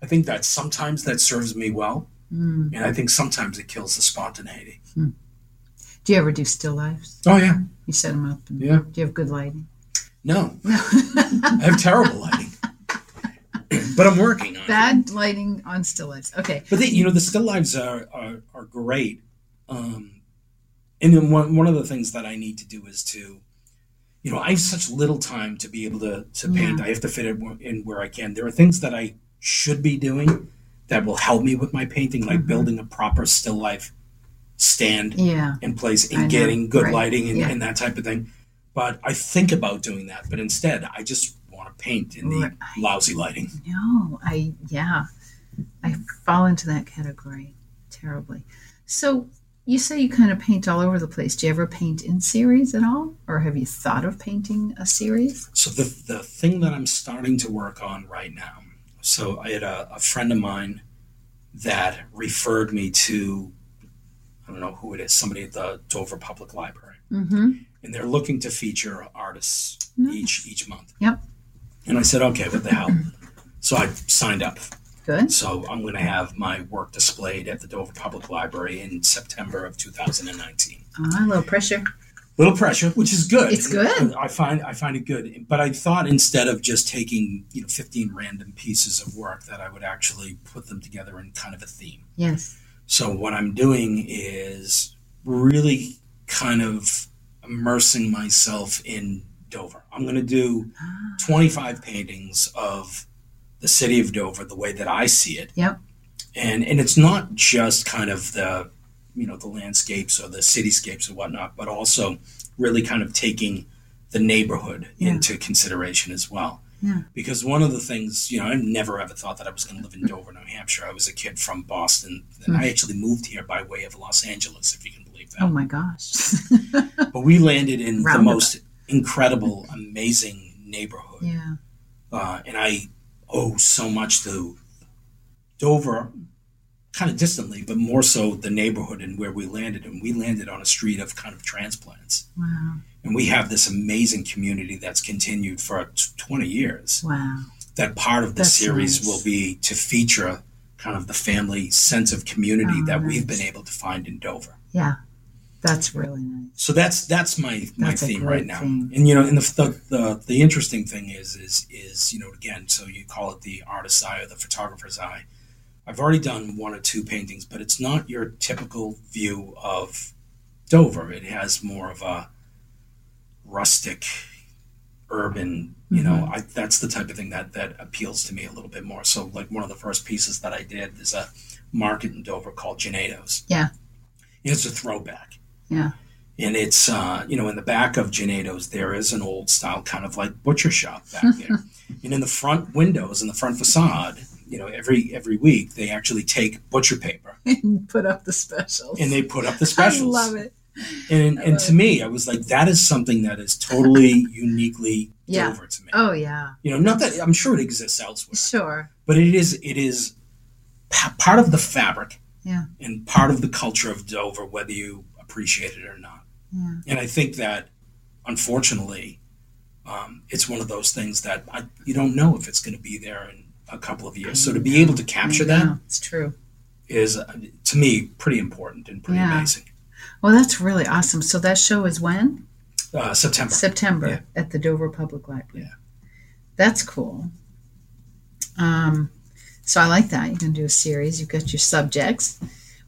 S2: I think that sometimes that serves me well,
S1: Mm.
S2: and I think sometimes it kills the spontaneity.
S1: Do you ever do still lifes?
S2: Oh yeah,
S1: You set them up. And
S2: Yeah.
S1: Do you have good lighting? [laughs]
S2: no,
S1: No.
S2: I have terrible lighting, [clears throat] but I'm working on it.
S1: Bad lighting on still lifes. Okay.
S2: But the, you know, the still lives are are, are great. Um, and then one one of the things that I need to do is to, you know, I have such little time to be able to to paint. I have to fit it wh- in where I can. There are things that I should be doing that will help me with my painting, like
S1: Mhm.
S2: building a proper still life stand
S1: Yeah.
S2: in place
S1: I
S2: and
S1: know,
S2: getting good
S1: right,
S2: lighting and,
S1: yeah.
S2: and that type of thing. But I think about doing that, but instead I just want to paint in the
S1: Right.
S2: lousy lighting.
S1: No, I yeah, I fall into that category terribly. So you say you kind of paint all over the place. Do you ever paint in series at all, or have you thought of painting a series?
S2: So the the thing that I'm starting to work on right now. So I had a, a friend of mine that referred me to I don't know who it is, somebody at the Dover Public Library,
S1: Mm-hmm.
S2: and they're looking to feature artists
S1: Nice.
S2: each each month.
S1: Yep.
S2: And I said, okay, what the hell? So I signed up.
S1: Good.
S2: So I'm going to have my work displayed at the Dover Public Library in September of 2019.
S1: Ah, low pressure.
S2: Little pressure, which is good.
S1: It's good.
S2: I find I find it good. But I thought instead of just taking you know 15 random pieces of work, that I would actually put them together in kind of a theme.
S1: Yes.
S2: So what I'm doing is really kind of immersing myself in Dover. I'm going to do
S1: Ah,
S2: 25 paintings of the city of Dover the way that I see it.
S1: Yep.
S2: And and it's not just kind of the you know the landscapes or the cityscapes or whatnot, but also really kind of taking the neighborhood
S1: Yeah.
S2: into consideration as well.
S1: Yeah.
S2: Because one of the things, you know, I never ever thought that I was going to live
S1: [laughs]
S2: in Dover, New Hampshire. I was a kid from Boston, and
S1: Hmm.
S2: I actually moved here by way of Los Angeles, if you can believe that
S1: Oh my gosh. [laughs]
S2: but we landed in the
S1: Oh. Roundabout.
S2: most incredible, amazing neighborhood.
S1: yeah.
S2: Uh, and I owe so much to Dover, kind of distantly, but more so the neighborhood and where we landed. And we landed on a street of kind of transplants.
S1: Wow.
S2: And we have this amazing community that's continued for t- 20 years.
S1: Wow.
S2: That part of the
S1: That's
S2: series
S1: nice.
S2: will be to feature kind of the family sense of community
S1: Oh,
S2: that we've
S1: nice.
S2: been able to find in Dover.
S1: Yeah. That's really nice. [laughs]
S2: so that's that's my my
S1: That's a
S2: theme
S1: great
S2: right now
S1: theme.
S2: and you know and the, the the the interesting thing is is is you know again so you call it the artist's eye or the photographer's eye i've already done one or two paintings but it's not your typical view of dover it has more of a rustic urban
S1: Mm-hmm.
S2: you know I, that's the type of thing that that appeals to me a little bit more so like one of the first pieces that i did is a market in dover called Genado's.
S1: Yeah.
S2: it's a throwback
S1: Yeah.
S2: and it's uh, you know in the back of Genado's there is an old style kind of like butcher shop
S1: [laughs]
S2: back there, and in the front windows in the front facade, you know every every week they actually take butcher
S1: [laughs]
S2: paper
S1: and put up the specials.
S2: and they put up the specials.
S1: I love it.
S2: And
S1: I
S2: and
S1: love
S2: to me, I was like, that is something that is totally uniquely
S1: Yeah.
S2: Dover to me.
S1: Oh yeah.
S2: You know, not that I'm sure it exists elsewhere,
S1: Sure.
S2: but it is it is pa- part of the fabric
S1: Yeah.
S2: and part of the culture of Dover, whether you appreciate it or not.
S1: Yeah.
S2: And I think that, unfortunately, um, it's one of those things that I, you don't know if it's going to be there in a couple of years. So to be able to capture
S1: I
S2: that
S1: know. It's true.
S2: is, uh, to me, pretty important and pretty
S1: Yeah.
S2: amazing.
S1: Well, that's really awesome. So that show is when?
S2: Uh, September.
S1: September
S2: Yeah.
S1: at the Dover Public Library.
S2: Yeah.
S1: That's cool. Um, so I like that. You can do a series. You've got your subjects.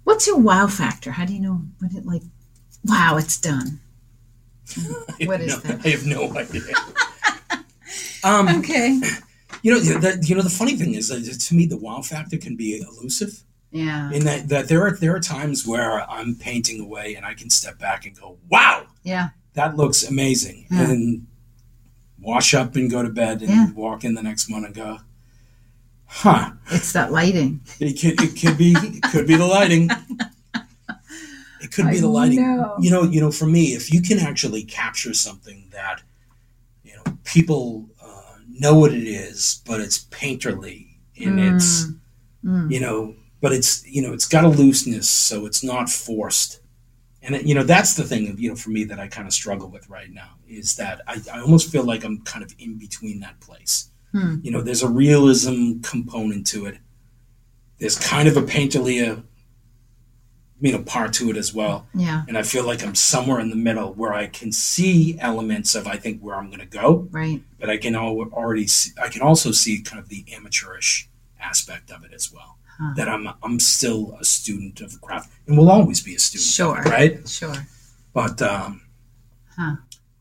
S1: What's your wow factor? How do you know when it like? Wow, it's done. [laughs] What is
S2: No,
S1: that?
S2: I have no idea. [laughs] um,
S1: Okay.
S2: you know, the, you know, the funny thing is, that to me, the wow factor can be elusive.
S1: Yeah.
S2: In that, that there are there are times where I'm painting away and I can step back and go, "Wow,
S1: Yeah.
S2: that looks amazing
S1: Yeah.
S2: and wash up and go to bed and
S1: Yeah.
S2: walk in the next morning and go huh
S1: It's that lighting.
S2: it could, it could be it could be the lighting it could be
S1: I
S2: the lighting
S1: know.
S2: you know you know for me if you can actually capture something that you know people uh, know what it is but it's painterly [laughs] and it's
S1: Mm.
S2: you know but it's you know it's got a looseness so it's not forced and it, you know that's the thing you know for me that i kind of struggle with right now is that I, I almost feel like i'm kind of in between that place
S1: Hmm.
S2: you know there's a realism component to it there's kind of a painterly uh, you know part to it as well
S1: Yeah.
S2: and i feel like i'm somewhere in the middle where i can see elements of i think where i'm going to go
S1: Right.
S2: but i can al- already see, i can also see kind of the amateurish aspect of it as well
S1: Huh.
S2: that I'm I'm still a student of the craft and will always be a student,
S1: Sure.
S2: right?
S1: Sure.
S2: But um,
S1: Huh.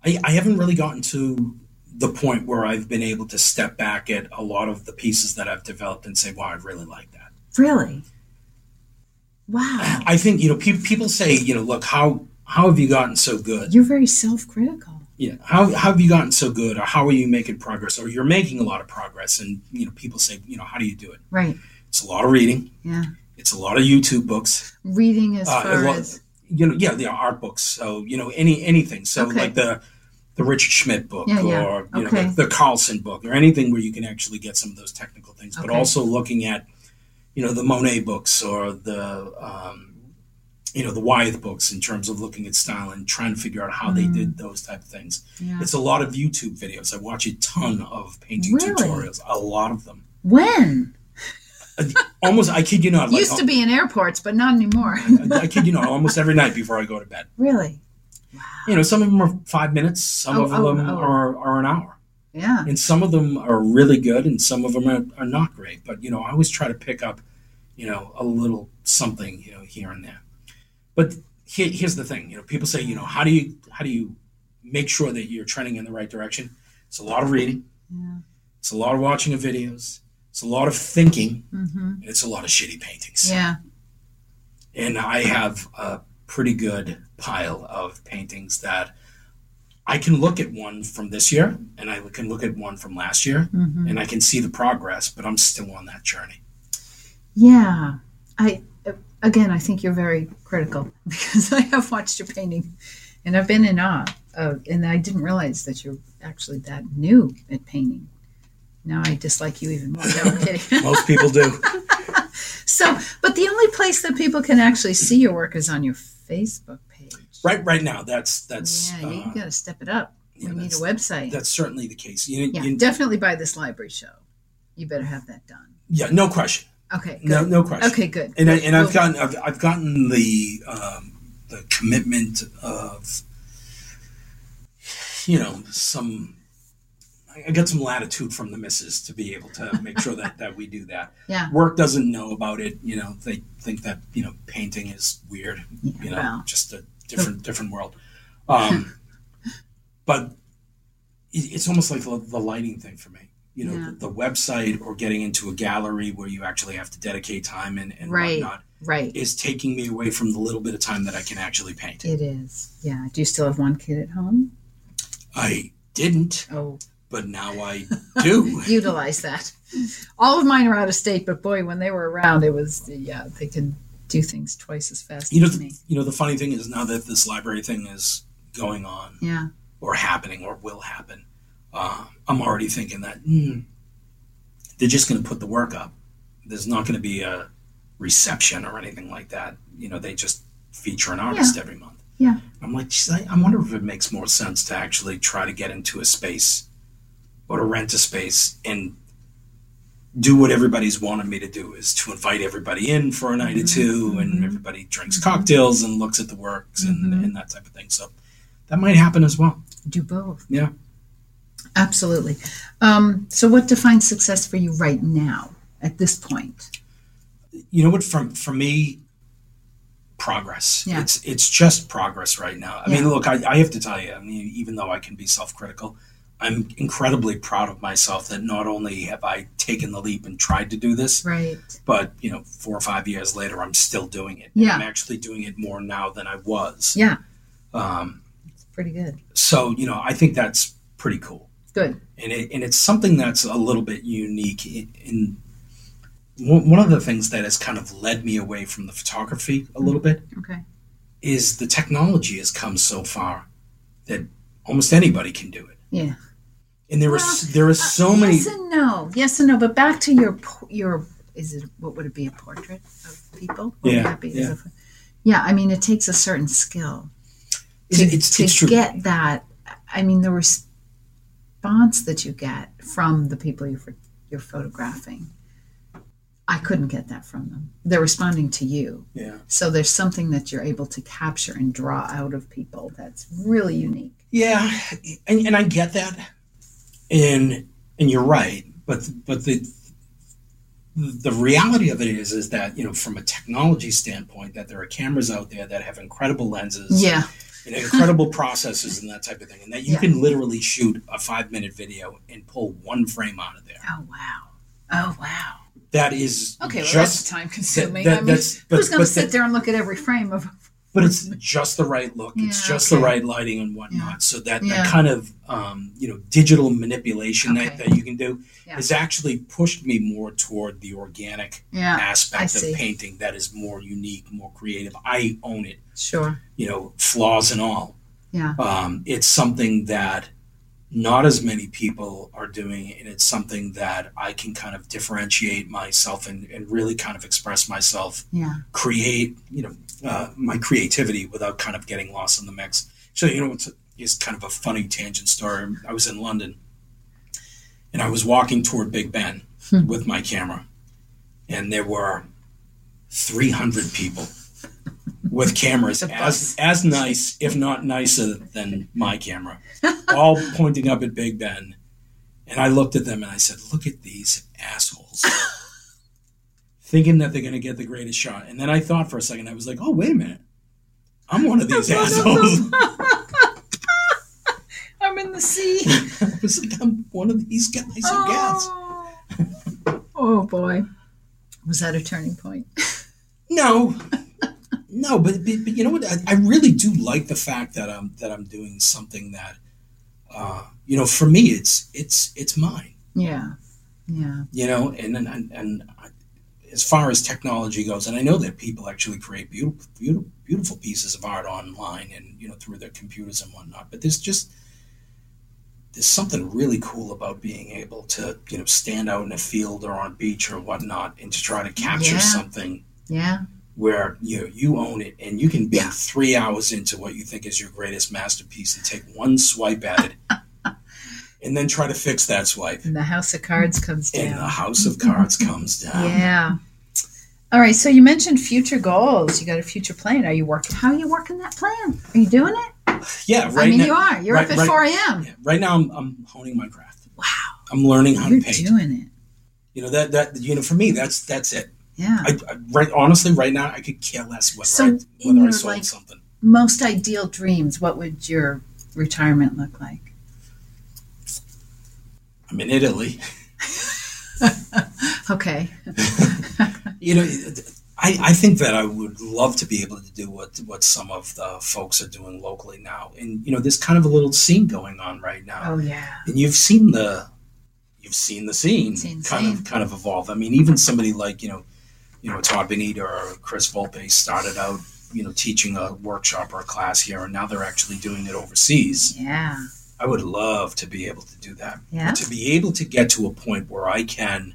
S2: I, I haven't really gotten to the point where I've been able to step back at a lot of the pieces that I've developed and say, "Wow, I really like that."
S1: Really? Wow.
S2: I think you know pe- people say, you know, look how how have you gotten so good?
S1: You're very self critical.
S2: Yeah, how how have you gotten so good, or how are you making progress, or you're making a lot of progress? And you know, people say, you know, how do you do it?
S1: Right.
S2: It's a lot of reading.
S1: Yeah.
S2: It's a lot of YouTube books.
S1: Reading as
S2: Uh,
S1: far
S2: well,
S1: as.
S2: you know, yeah, the art books. So you know, any anything. So
S1: Okay.
S2: like the the Richard Schmidt book,
S1: Yeah, yeah.
S2: or you
S1: Okay.
S2: know, the, the Carlson book, or anything where you can actually get some of those technical things. But
S1: Okay.
S2: also looking at, you know, the Monet books or the, um, you know, the Wyeth books in terms of looking at style and trying to figure out how
S1: Mm.
S2: they did those type of things.
S1: Yeah.
S2: It's a lot of YouTube videos. I watch a ton of painting
S1: Really?
S2: tutorials. A lot of them.
S1: When?
S2: almost, I kid you not. uh,
S1: Used to be in airports, but not
S2: [laughs]
S1: anymore.
S2: I, I kid you not, almost every night before I go to bed.
S1: really?
S2: You know, some of them are five minutes, some
S1: Oh,
S2: of
S1: oh,
S2: them
S1: oh.
S2: Are, are an hour.
S1: Yeah.
S2: And some of them are really good and some of them are, are not great. But, you know, I always try to pick up, you know, a little something, you know, here and there. But here, here's the thing, you know, people say, you know, how do you, how do you make sure that you're trending in the right direction? It's a lot of reading.
S1: Yeah.
S2: It's a lot of watching of videos. It's a lot of thinking.
S1: hmm
S2: And it's a lot of shitty paintings.
S1: Yeah.
S2: And I have a pretty good pile of paintings that I can look at one from this year and I can look at one from last year
S1: hmm
S2: and I can see the progress, but I'm still on that journey.
S1: Yeah. I again, I think you're very critical [laughs] because I have watched your painting, and I've been in awe. Of, and I didn't realize that you're actually that new at painting. Now I dislike you even more. No, I'm kidding.
S2: [laughs] Most
S1: [laughs]
S2: people do.
S1: So, but the only place that people can actually see your work is on your Facebook page.
S2: right right now that's that's
S1: Yeah, you
S2: uh,
S1: got to step it up.
S2: yeah,
S1: we need a
S2: that's,
S1: website.
S2: that's certainly the case. You,
S1: yeah,
S2: you-
S1: definitely buy this library show. You better have that done.
S2: yeah, no question.
S1: Okay,
S2: No
S1: good.
S2: no question.
S1: okay, good.
S2: And, I, and
S1: Well-
S2: I've gotten I've, I've gotten the um, the commitment of you know some I I get some latitude from the missus to be able to make sure that, that we do that.
S1: Yeah.
S2: Work doesn't know about it, you know. They think that you know painting is weird,
S1: Yeah,
S2: you know,
S1: well,
S2: just a different different world.
S1: [laughs]
S2: Um, but it- it's almost like the the lighting thing for me. You know,
S1: Yeah.
S2: the, the website or getting into a gallery where you actually have to dedicate time and, and
S1: Right.
S2: whatnot
S1: right.
S2: is taking me away from the little bit of time that I can actually paint.
S1: It is. Yeah. Do you still have one kid at home?
S2: I didn't,
S1: Oh,
S2: but now I do.
S1: [laughs] utilize that. All of mine are out of state, but boy, when they were around, it was yeah, they could do things twice as fast
S2: you know,
S1: as me.
S2: the, you know, the funny thing is now that this library thing is going on
S1: Yeah.
S2: or happening or will happen, uh, I'm already thinking that mm, they're just going to put the work up. There's not going to be a reception or anything like that. You know, they just feature an artist every month.
S1: Yeah.
S2: I'm like, geez, I, I wonder if it makes more sense to actually try to get into a space or to rent a space and do what everybody's wanted me to do is to invite everybody in for a night or 2 and
S1: Mhm.
S2: everybody drinks cocktails and looks at the works
S1: Mhm.
S2: and, and that type of thing. So that might happen as well.
S1: Do both.
S2: Yeah.
S1: Absolutely. Um, so, what defines success for you right now at this point?
S2: you know what from for me progress
S1: Yeah.
S2: it's it's just progress right now i
S1: Yeah.
S2: mean look I, I have to tell you i mean even though i can be self-critical i'm incredibly proud of myself that not only have i taken the leap and tried to do this
S1: Right.
S2: but you know four or five years later i'm still doing it
S1: Yeah.
S2: i'm actually doing it more now than i was
S1: Yeah.
S2: um,
S1: It's pretty good.
S2: so you know i think that's pretty cool
S1: Good.
S2: and it, and it's something that's a little bit unique in, in one one of the things that has kind of led me away from the photography a little bit
S1: Okay.
S2: is the technology has come so far that almost anybody can do it
S1: Yeah.
S2: and there are s- there are so
S1: Uh,
S2: many
S1: Yes and no. Yes and no. But back to your po- your is it what would it be a portrait of people? Would
S2: Yeah,
S1: that be- is
S2: yeah.
S1: it- yeah. I mean, it takes a certain skill
S2: it's, it's,
S1: to
S2: it's true
S1: get that. I mean, the response that you get from the people you're ph- you're photographing. I couldn't get that from them. They're responding to you.
S2: yeah
S1: So there's something that you're able to capture and draw out of people that's really unique.
S2: yeah and, and i get that and and you're right but but the the reality of it is is that you know from a technology standpoint that there are cameras out there that have incredible lenses
S1: Yeah.
S2: and incredible processes and that type of thing. And that you
S1: Yeah.
S2: can literally shoot a five minute video and pull one frame out of there.
S1: Oh wow. Oh wow.
S2: That is
S1: Okay, well that's
S2: just,
S1: time consuming.
S2: that-
S1: I mean,
S2: that's- but-
S1: who's going to
S2: but
S1: sit
S2: that-
S1: there and look at every frame of?
S2: but it's just the right look. it's
S1: Yeah,
S2: just
S1: okay.
S2: the right lighting and whatnot. So that,
S1: Yeah.
S2: that kind of um, you know digital manipulation that,
S1: Okay.
S2: that you can do
S1: Yeah.
S2: has actually pushed me more toward the organic
S1: Yeah,
S2: aspect
S1: Ah, see.
S2: of painting that is more unique, more creative. I own it.
S1: sure.
S2: you know, flaws and all.
S1: Yeah.
S2: Um, it's something that not as many people are doing, and it's something that I can kind of differentiate myself and, and really kind of express myself,
S1: Yeah,
S2: create, you know, uh, my creativity without kind of getting lost in the mix. So, you know, it's, it's kind of a funny tangent story. I was in London and I was walking toward Big Ben
S1: Hmm.
S2: with my camera, and there were 300 people with
S1: [laughs]
S2: cameras
S1: It's a bus.
S2: as as nice, if not nicer than my camera, all pointing up at Big Ben. And I looked at them and I said, "Look at these assholes." [laughs] Thinking that they're going to get the greatest shot. And then I thought for a second, I was like, "Oh, wait a minute. I'm one
S1: [laughs]
S2: of [laughs] these assholes."
S1: I'm in the
S2: [laughs]
S1: sea.
S2: [laughs] I was like, "I'm one of these guys, I guess."
S1: Oh boy. Was that a turning point?
S2: No, no, but, but but you know what? I, I really do like the fact that I'm that I'm doing something that, uh, you know, for me, it's it's it's mine.
S1: Yeah. Yeah.
S2: You know, and and and, and I, as far as technology goes, and I know that people actually create beautiful, beautiful beautiful pieces of art online and you know through their computers and whatnot. But there's just there's something really cool about being able to you know stand out in a field or on a beach or whatnot and to try to capture
S1: Yeah.
S2: something
S1: Yeah.
S2: where you know, you own it and you can be
S1: Yeah.
S2: three hours into what you think is your greatest masterpiece and take one swipe
S1: [laughs]
S2: at it and then try to fix that swipe
S1: And the house of cards comes
S2: and
S1: down.
S2: the house of cards comes down
S1: Yeah. All right. So you mentioned future goals. You got a future plan. Are you working? How are you working that plan? Are you doing it?
S2: yeah right
S1: I mean,
S2: now
S1: you are. You're
S2: right-
S1: up at
S2: right-
S1: 4 a.m.
S2: yeah, right now I'm, I'm honing my craft
S1: Wow.
S2: i'm learning how
S1: You're
S2: to paint
S1: doing it.
S2: you know that that you know for me that's that's it
S1: Yeah.
S2: I, I right honestly right now i could care less whether
S1: So,
S2: i
S1: in
S2: whether i
S1: your,
S2: sold
S1: like-
S2: something
S1: Most ideal dreams. What would your retirement look like?
S2: i'm in italy
S1: Okay.
S2: you know I, I think that I would love to be able to do what what some of the folks are doing locally now, and you know, there's kind of a little scene going on right now,
S1: Oh, yeah.
S2: and you've seen the you've seen the scene
S1: Seen the
S2: kind
S1: scene.
S2: of kind of evolve. I mean, even somebody like you know, you know, Todd Benita or Chris Volpe started out you know teaching a workshop or a class here, and now they're actually doing it overseas.
S1: Yeah.
S2: I would love to be able to do that
S1: Yeah.
S2: to be able to get to a point where I can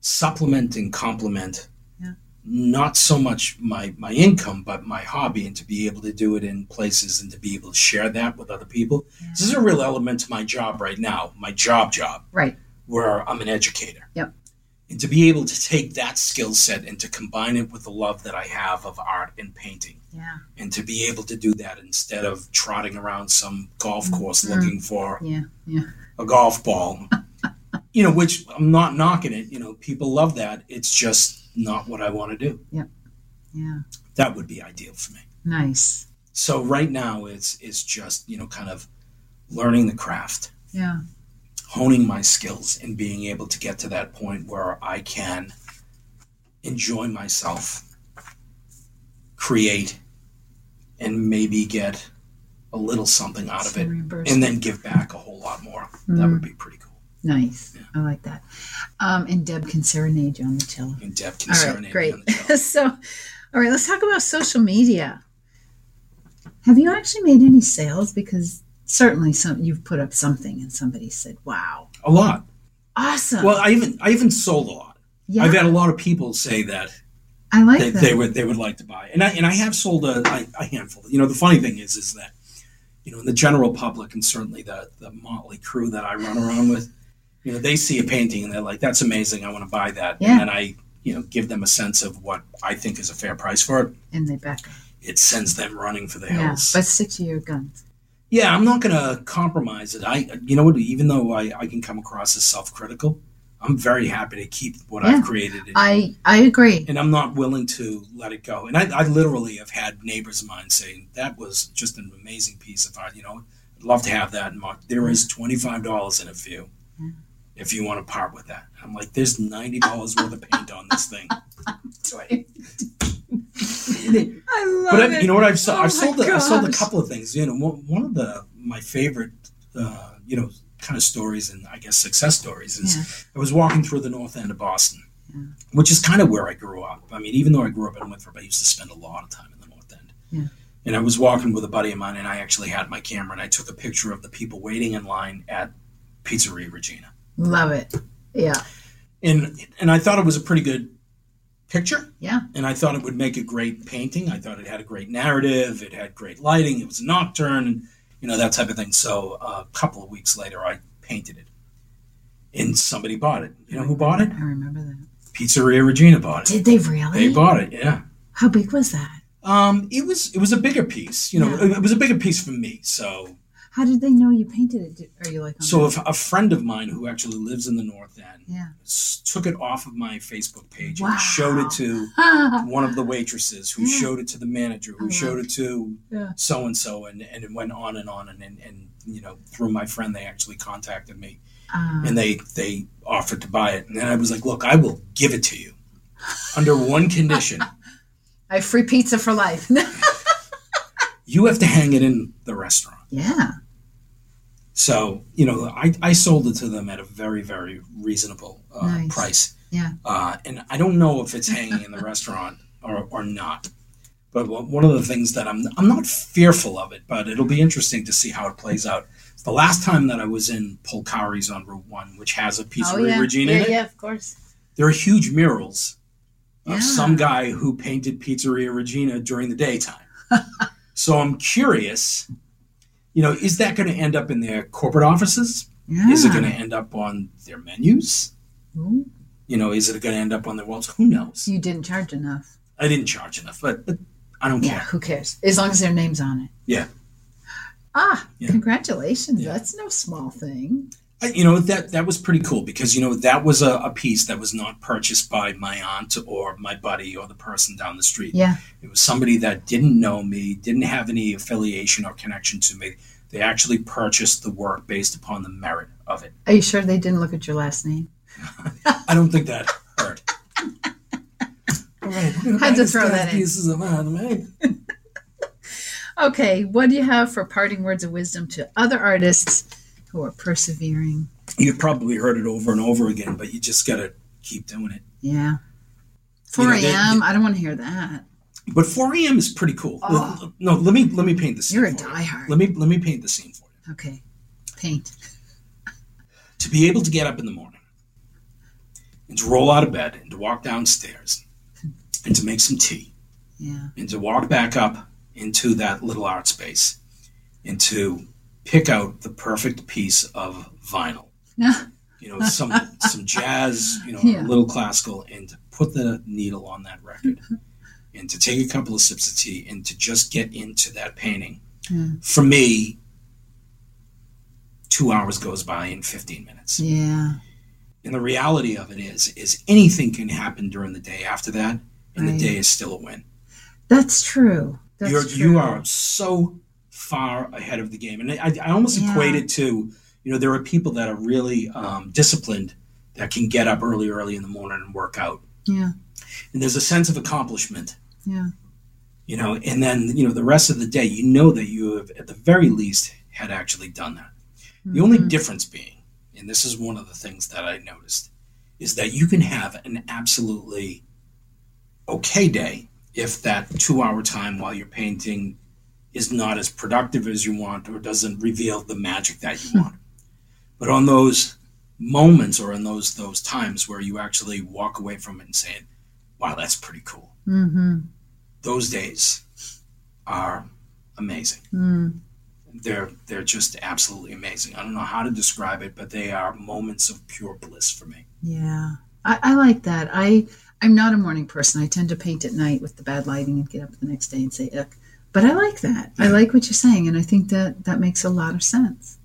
S2: supplement and complement
S1: Yeah.
S2: not so much my my income but my hobby and to be able to do it in places and to be able to share that with other people. This is a real element to my job right now, my job job
S1: Right.
S2: where I'm an educator.
S1: Yep.
S2: And to be able to take that skill set and to combine it with the love that I have of art and painting
S1: Yeah.
S2: and to be able to do that instead of trotting around some golf course looking for
S1: Mm-hmm. Yeah. Yeah.
S2: a golf ball.
S1: [laughs]
S2: you know, which I'm not knocking it. You know, people love that. It's just not what I want to do.
S1: Yeah.
S2: That would be ideal for me.
S1: Nice.
S2: So right now, it's it's just you know kind of learning the craft,
S1: Yeah.
S2: honing my skills, and being able to get to that point where I can enjoy myself, create, and maybe get a little something out of
S1: Some
S2: it,
S1: reimbursement.
S2: and then give back a whole lot more. That
S1: Mm.
S2: would be pretty cool.
S1: Nice. I like that. Um, and Deb can serenade you on the cello.
S2: And Deb can
S1: All
S2: serenade me
S1: right, great.
S2: on the
S1: [laughs]
S2: cello.
S1: so, all right, let's talk about social media. Have you actually made any sales? Because certainly, some you've put up something and somebody said, "Wow,
S2: A lot.
S1: awesome!"
S2: Well, I even I even sold a lot.
S1: yeah,
S2: I've had a lot of people say that
S1: I like
S2: they,
S1: that.
S2: they would they would like to buy, and I and I have sold a, a, a handful. You know, the funny thing is is that you know the general public and certainly the the motley crew that I run around with, you know, they see a painting and they're like, "That's amazing! I want to buy that."
S1: Yeah.
S2: And then I you know give them a sense of what I think is a fair price for it.
S1: and they back up.
S2: It sends them running for the
S1: Yeah,
S2: hills.
S1: but stick to your guns.
S2: Yeah, I'm not going to compromise it. I, you know what? Even though I, I can come across as self-critical, I'm very happy to keep what
S1: Yeah.
S2: I've created, and,
S1: I I agree.
S2: and I'm not willing to let it go. And I, I literally have had neighbors of mine saying that was just an amazing piece of art. You know, I'd love to have that. And Mark, there is twenty-five dollars in a view if you want to part with that. I'm like, there's ninety dollars worth of paint on this thing.
S1: [laughs] I love
S2: But I, you know what? I've, so,
S1: Oh my
S2: I've sold a, I've sold a
S1: gosh.
S2: couple of things. You know, one, one of the my favorite, uh, you know, kind of stories and I guess success stories is
S1: Yeah.
S2: I was walking through the north end of Boston, which is kind of where I grew up. I mean, even though I grew up in Winthrop, I used to spend a lot of time in the north end.
S1: Yeah.
S2: And I was walking with a buddy of mine, and I actually had my camera, and I took a picture of the people waiting in line at Pizzeria Regina,
S1: love it. Yeah,
S2: and and I thought it was a pretty good picture
S1: yeah,
S2: and I thought it would make a great painting. I thought it had a great narrative. It had great lighting. It was a nocturne, you know that type of thing. So uh, a couple of weeks later, I painted it, and somebody bought it. You know who bought it?
S1: I remember that.
S2: Pizzeria Regina bought it.
S1: Did they really?
S2: They bought it, yeah.
S1: How big was that?
S2: Um, it was it was a bigger piece, you know.
S1: Yeah.
S2: It was a bigger piece for me. So,
S1: How did they know you painted it? Did- Are you like? on
S2: so
S1: the-
S2: if a friend of mine who actually lives in the North End [laughs]
S1: yeah.
S2: s- took it off of my Facebook page
S1: Wow.
S2: and showed it to one of the waitresses, who
S1: Yeah.
S2: showed it to the manager, who
S1: Mm. Oh, wow.
S2: showed it to
S1: Yeah.
S2: so and so, and and it went on and on, and and, and you know through my friend they actually contacted me
S1: Um,
S2: and they they offered to buy it, and I was like, look, I will give it to you under one condition:
S1: I have free pizza for life. [laughs]
S2: you have to hang it in the restaurant.
S1: yeah.
S2: So you know, I, I sold it to them at a very very reasonable uh,
S1: Nice.
S2: price.
S1: Yeah.
S2: Uh, and I don't know if it's hanging in the restaurant or, or not. But one one of the things that I'm I'm not fearful of it, but it'll be interesting to see how it plays out. The last time that I was in Polcari's on Route One, which has a pizzeria
S1: Oh, yeah.
S2: Regina in
S3: Yeah,
S2: it,
S3: yeah, of course.
S2: there are huge murals of
S1: Yeah.
S2: some guy who painted Pizzeria Regina during the
S1: [laughs]
S2: daytime. so I'm curious, you know, is that going to end up in their corporate offices?
S1: Yeah.
S2: Is it going to end up on their menus?
S1: Ooh,
S2: You know, is it going to end up on their walls? Who knows?
S1: you didn't charge enough.
S2: I didn't charge enough, but, but I don't
S1: Yeah.
S2: care.
S1: Who cares? As long as their name's on it.
S2: Yeah.
S1: Ah,
S2: Yeah.
S1: congratulations.
S2: Yeah.
S1: That's no small thing.
S2: I, you know that that was pretty cool because you know that was a, a piece that was not purchased by my aunt or my buddy or the person down the street.
S1: Yeah.
S2: It was somebody that didn't know me, didn't have any affiliation or connection to me. They actually purchased the work based upon the merit of it.
S1: Are you sure they didn't look at your last name?
S2: I don't think that [laughs] hurt. All right, we're
S1: Had to
S2: gonna buy this
S1: throw
S2: guy's
S1: that in.
S2: Pieces of anime.
S1: Okay. What do you have for parting words of wisdom to other artists who are persevering?
S2: You've probably heard it over and over again, but you just got to keep doing it.
S1: Yeah. 4
S2: You know,
S1: a.m.
S2: they-
S1: I don't want to hear that.
S2: But 4 a.m. is pretty cool.
S1: Oh.
S2: No, let me let me paint the scene.
S1: You're a
S2: for you.
S1: diehard.
S2: Let me let me paint the scene for you.
S1: Okay. Paint.
S2: To be able to get up in the morning and to roll out of bed and to walk downstairs and to make some tea
S1: Yeah. [laughs]
S2: and to walk back up into that little art space and to pick out the perfect piece of vinyl. You know,
S1: [laughs]
S2: some some jazz, you know,
S1: Yeah.
S2: a little classical, and to put the needle on that
S1: [laughs]
S2: record and to take a couple of sips of tea and to just get into that painting.
S1: Yeah.
S2: For me, two hours goes by in fifteen minutes.
S1: yeah.
S2: And the reality of it is is anything can happen during the day after that, and
S1: Right.
S2: the day is still a win.
S1: That's true. That's
S2: You're,
S1: true.
S2: you are so far ahead of the game. And I, I almost
S1: Yeah.
S2: equate it to, you know, there are people that are really um, disciplined that can get up early, early in the morning and work out.
S1: Yeah.
S2: And there's a sense of accomplishment,
S1: Yeah.
S2: you know, and then, you know, the rest of the day, you know that you have, at the very least, had actually done that. The only
S1: Mm-hmm.
S2: difference being, and this is one of the things that I noticed, is that you can have an absolutely okay day if that two hour time while you're painting is not as productive as you want or doesn't reveal the magic that you want. But on those moments or in those those times where you actually walk away from it and saying, Wow, that's pretty cool.
S1: Mm-hmm.
S2: Those days are amazing
S1: Mm-hmm.
S2: they're they're just absolutely amazing. I don't know how to describe it, but they are moments of pure bliss for me.
S1: Yeah, I, I like that. I I'm not a morning person. I tend to paint at night with the bad lighting and get up the next day and say ick. But I like that. I like what you're saying, and I think that that makes a lot of sense.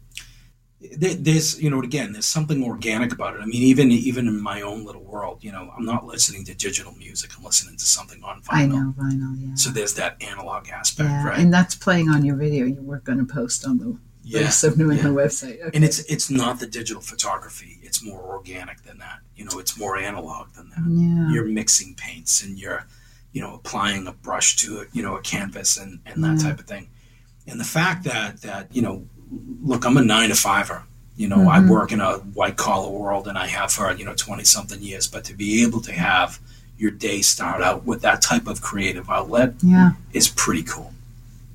S2: There, there's you know again there's something organic about it. I mean even even in my own little world, you know I'm not listening to digital music. I'm listening to something on vinyl.
S1: I know vinyl, yeah,
S2: So there's that analog aspect,
S1: yeah,
S2: right?
S1: and that's playing on your video you were going to post on the
S2: yeah.
S1: Voice of New
S2: yeah.
S1: England website. Okay.
S2: And it's it's not the digital photography. It's more organic than that. You know, it's more analog than that.
S1: Oh, yeah,
S2: You're mixing paints and you're, you know, applying a brush to you know a canvas and and that
S1: Yeah.
S2: type of thing. And the fact that that you know, look, I'm a nine to fiver. You know, I
S4: Mm-hmm.
S1: Mhm.
S2: work in a white collar world, and I have for you know twenty something years. But to be able to have your day start out with that type of creative outlet
S1: yeah.
S2: is pretty cool.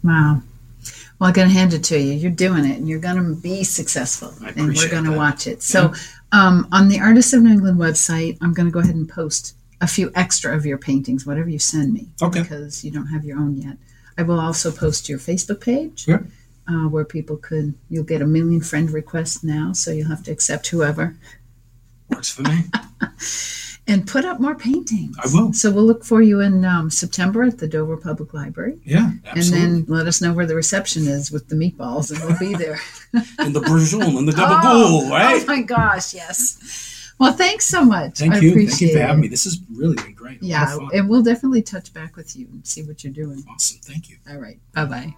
S1: Wow. Well, I'm going to hand it to you. You're doing it, and you're going to be successful.
S2: I
S1: and we're
S2: appreciate
S1: going to
S2: that.
S1: watch it. So, um, on the Artists of New England website, I'm going to go ahead and post a few extra of your paintings, whatever you send me,
S2: Okay.
S1: because you don't have your own yet. I will also post your Facebook page,
S2: Sure.
S1: uh, where people could. You'll get a million friend requests now, so you'll have to accept whoever.
S2: Works for me.
S4: and put up more paintings.
S2: I will.
S4: So we'll look for you in um, September at the Dover Public Library.
S2: Yeah, absolutely.
S4: And then let us know where the reception is with the meatballs, and we'll be there.
S2: and the brujon and the [laughs] double
S4: oh,
S2: bull, right?
S4: Oh my gosh, yes. Well, thanks so much.
S2: Thank
S4: I
S2: you.
S4: Appreciate
S2: Thank you for having
S4: it.
S2: me. This has really been great. A lot
S4: Yeah,
S2: of fun.
S4: and we'll definitely touch back with you and see what you're doing.
S2: awesome. Thank you.
S4: All right. Bye bye.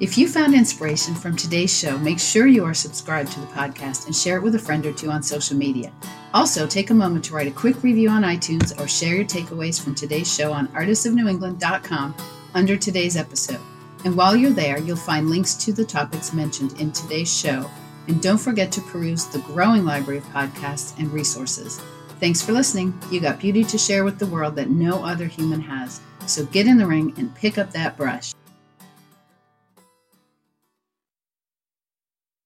S1: If you found inspiration from today's show, make sure you are subscribed to the podcast and share it with a friend or two on social media. Also, take a moment to write a quick review on iTunes or share your takeaways from today's show on artistsofnewengland.com under today's episode. And while you're there, you'll find links to the topics mentioned in today's show. And don't forget to peruse the growing library of podcasts and resources. Thanks for listening. You got beauty to share with the world that no other human has. So get in the ring and pick up that brush.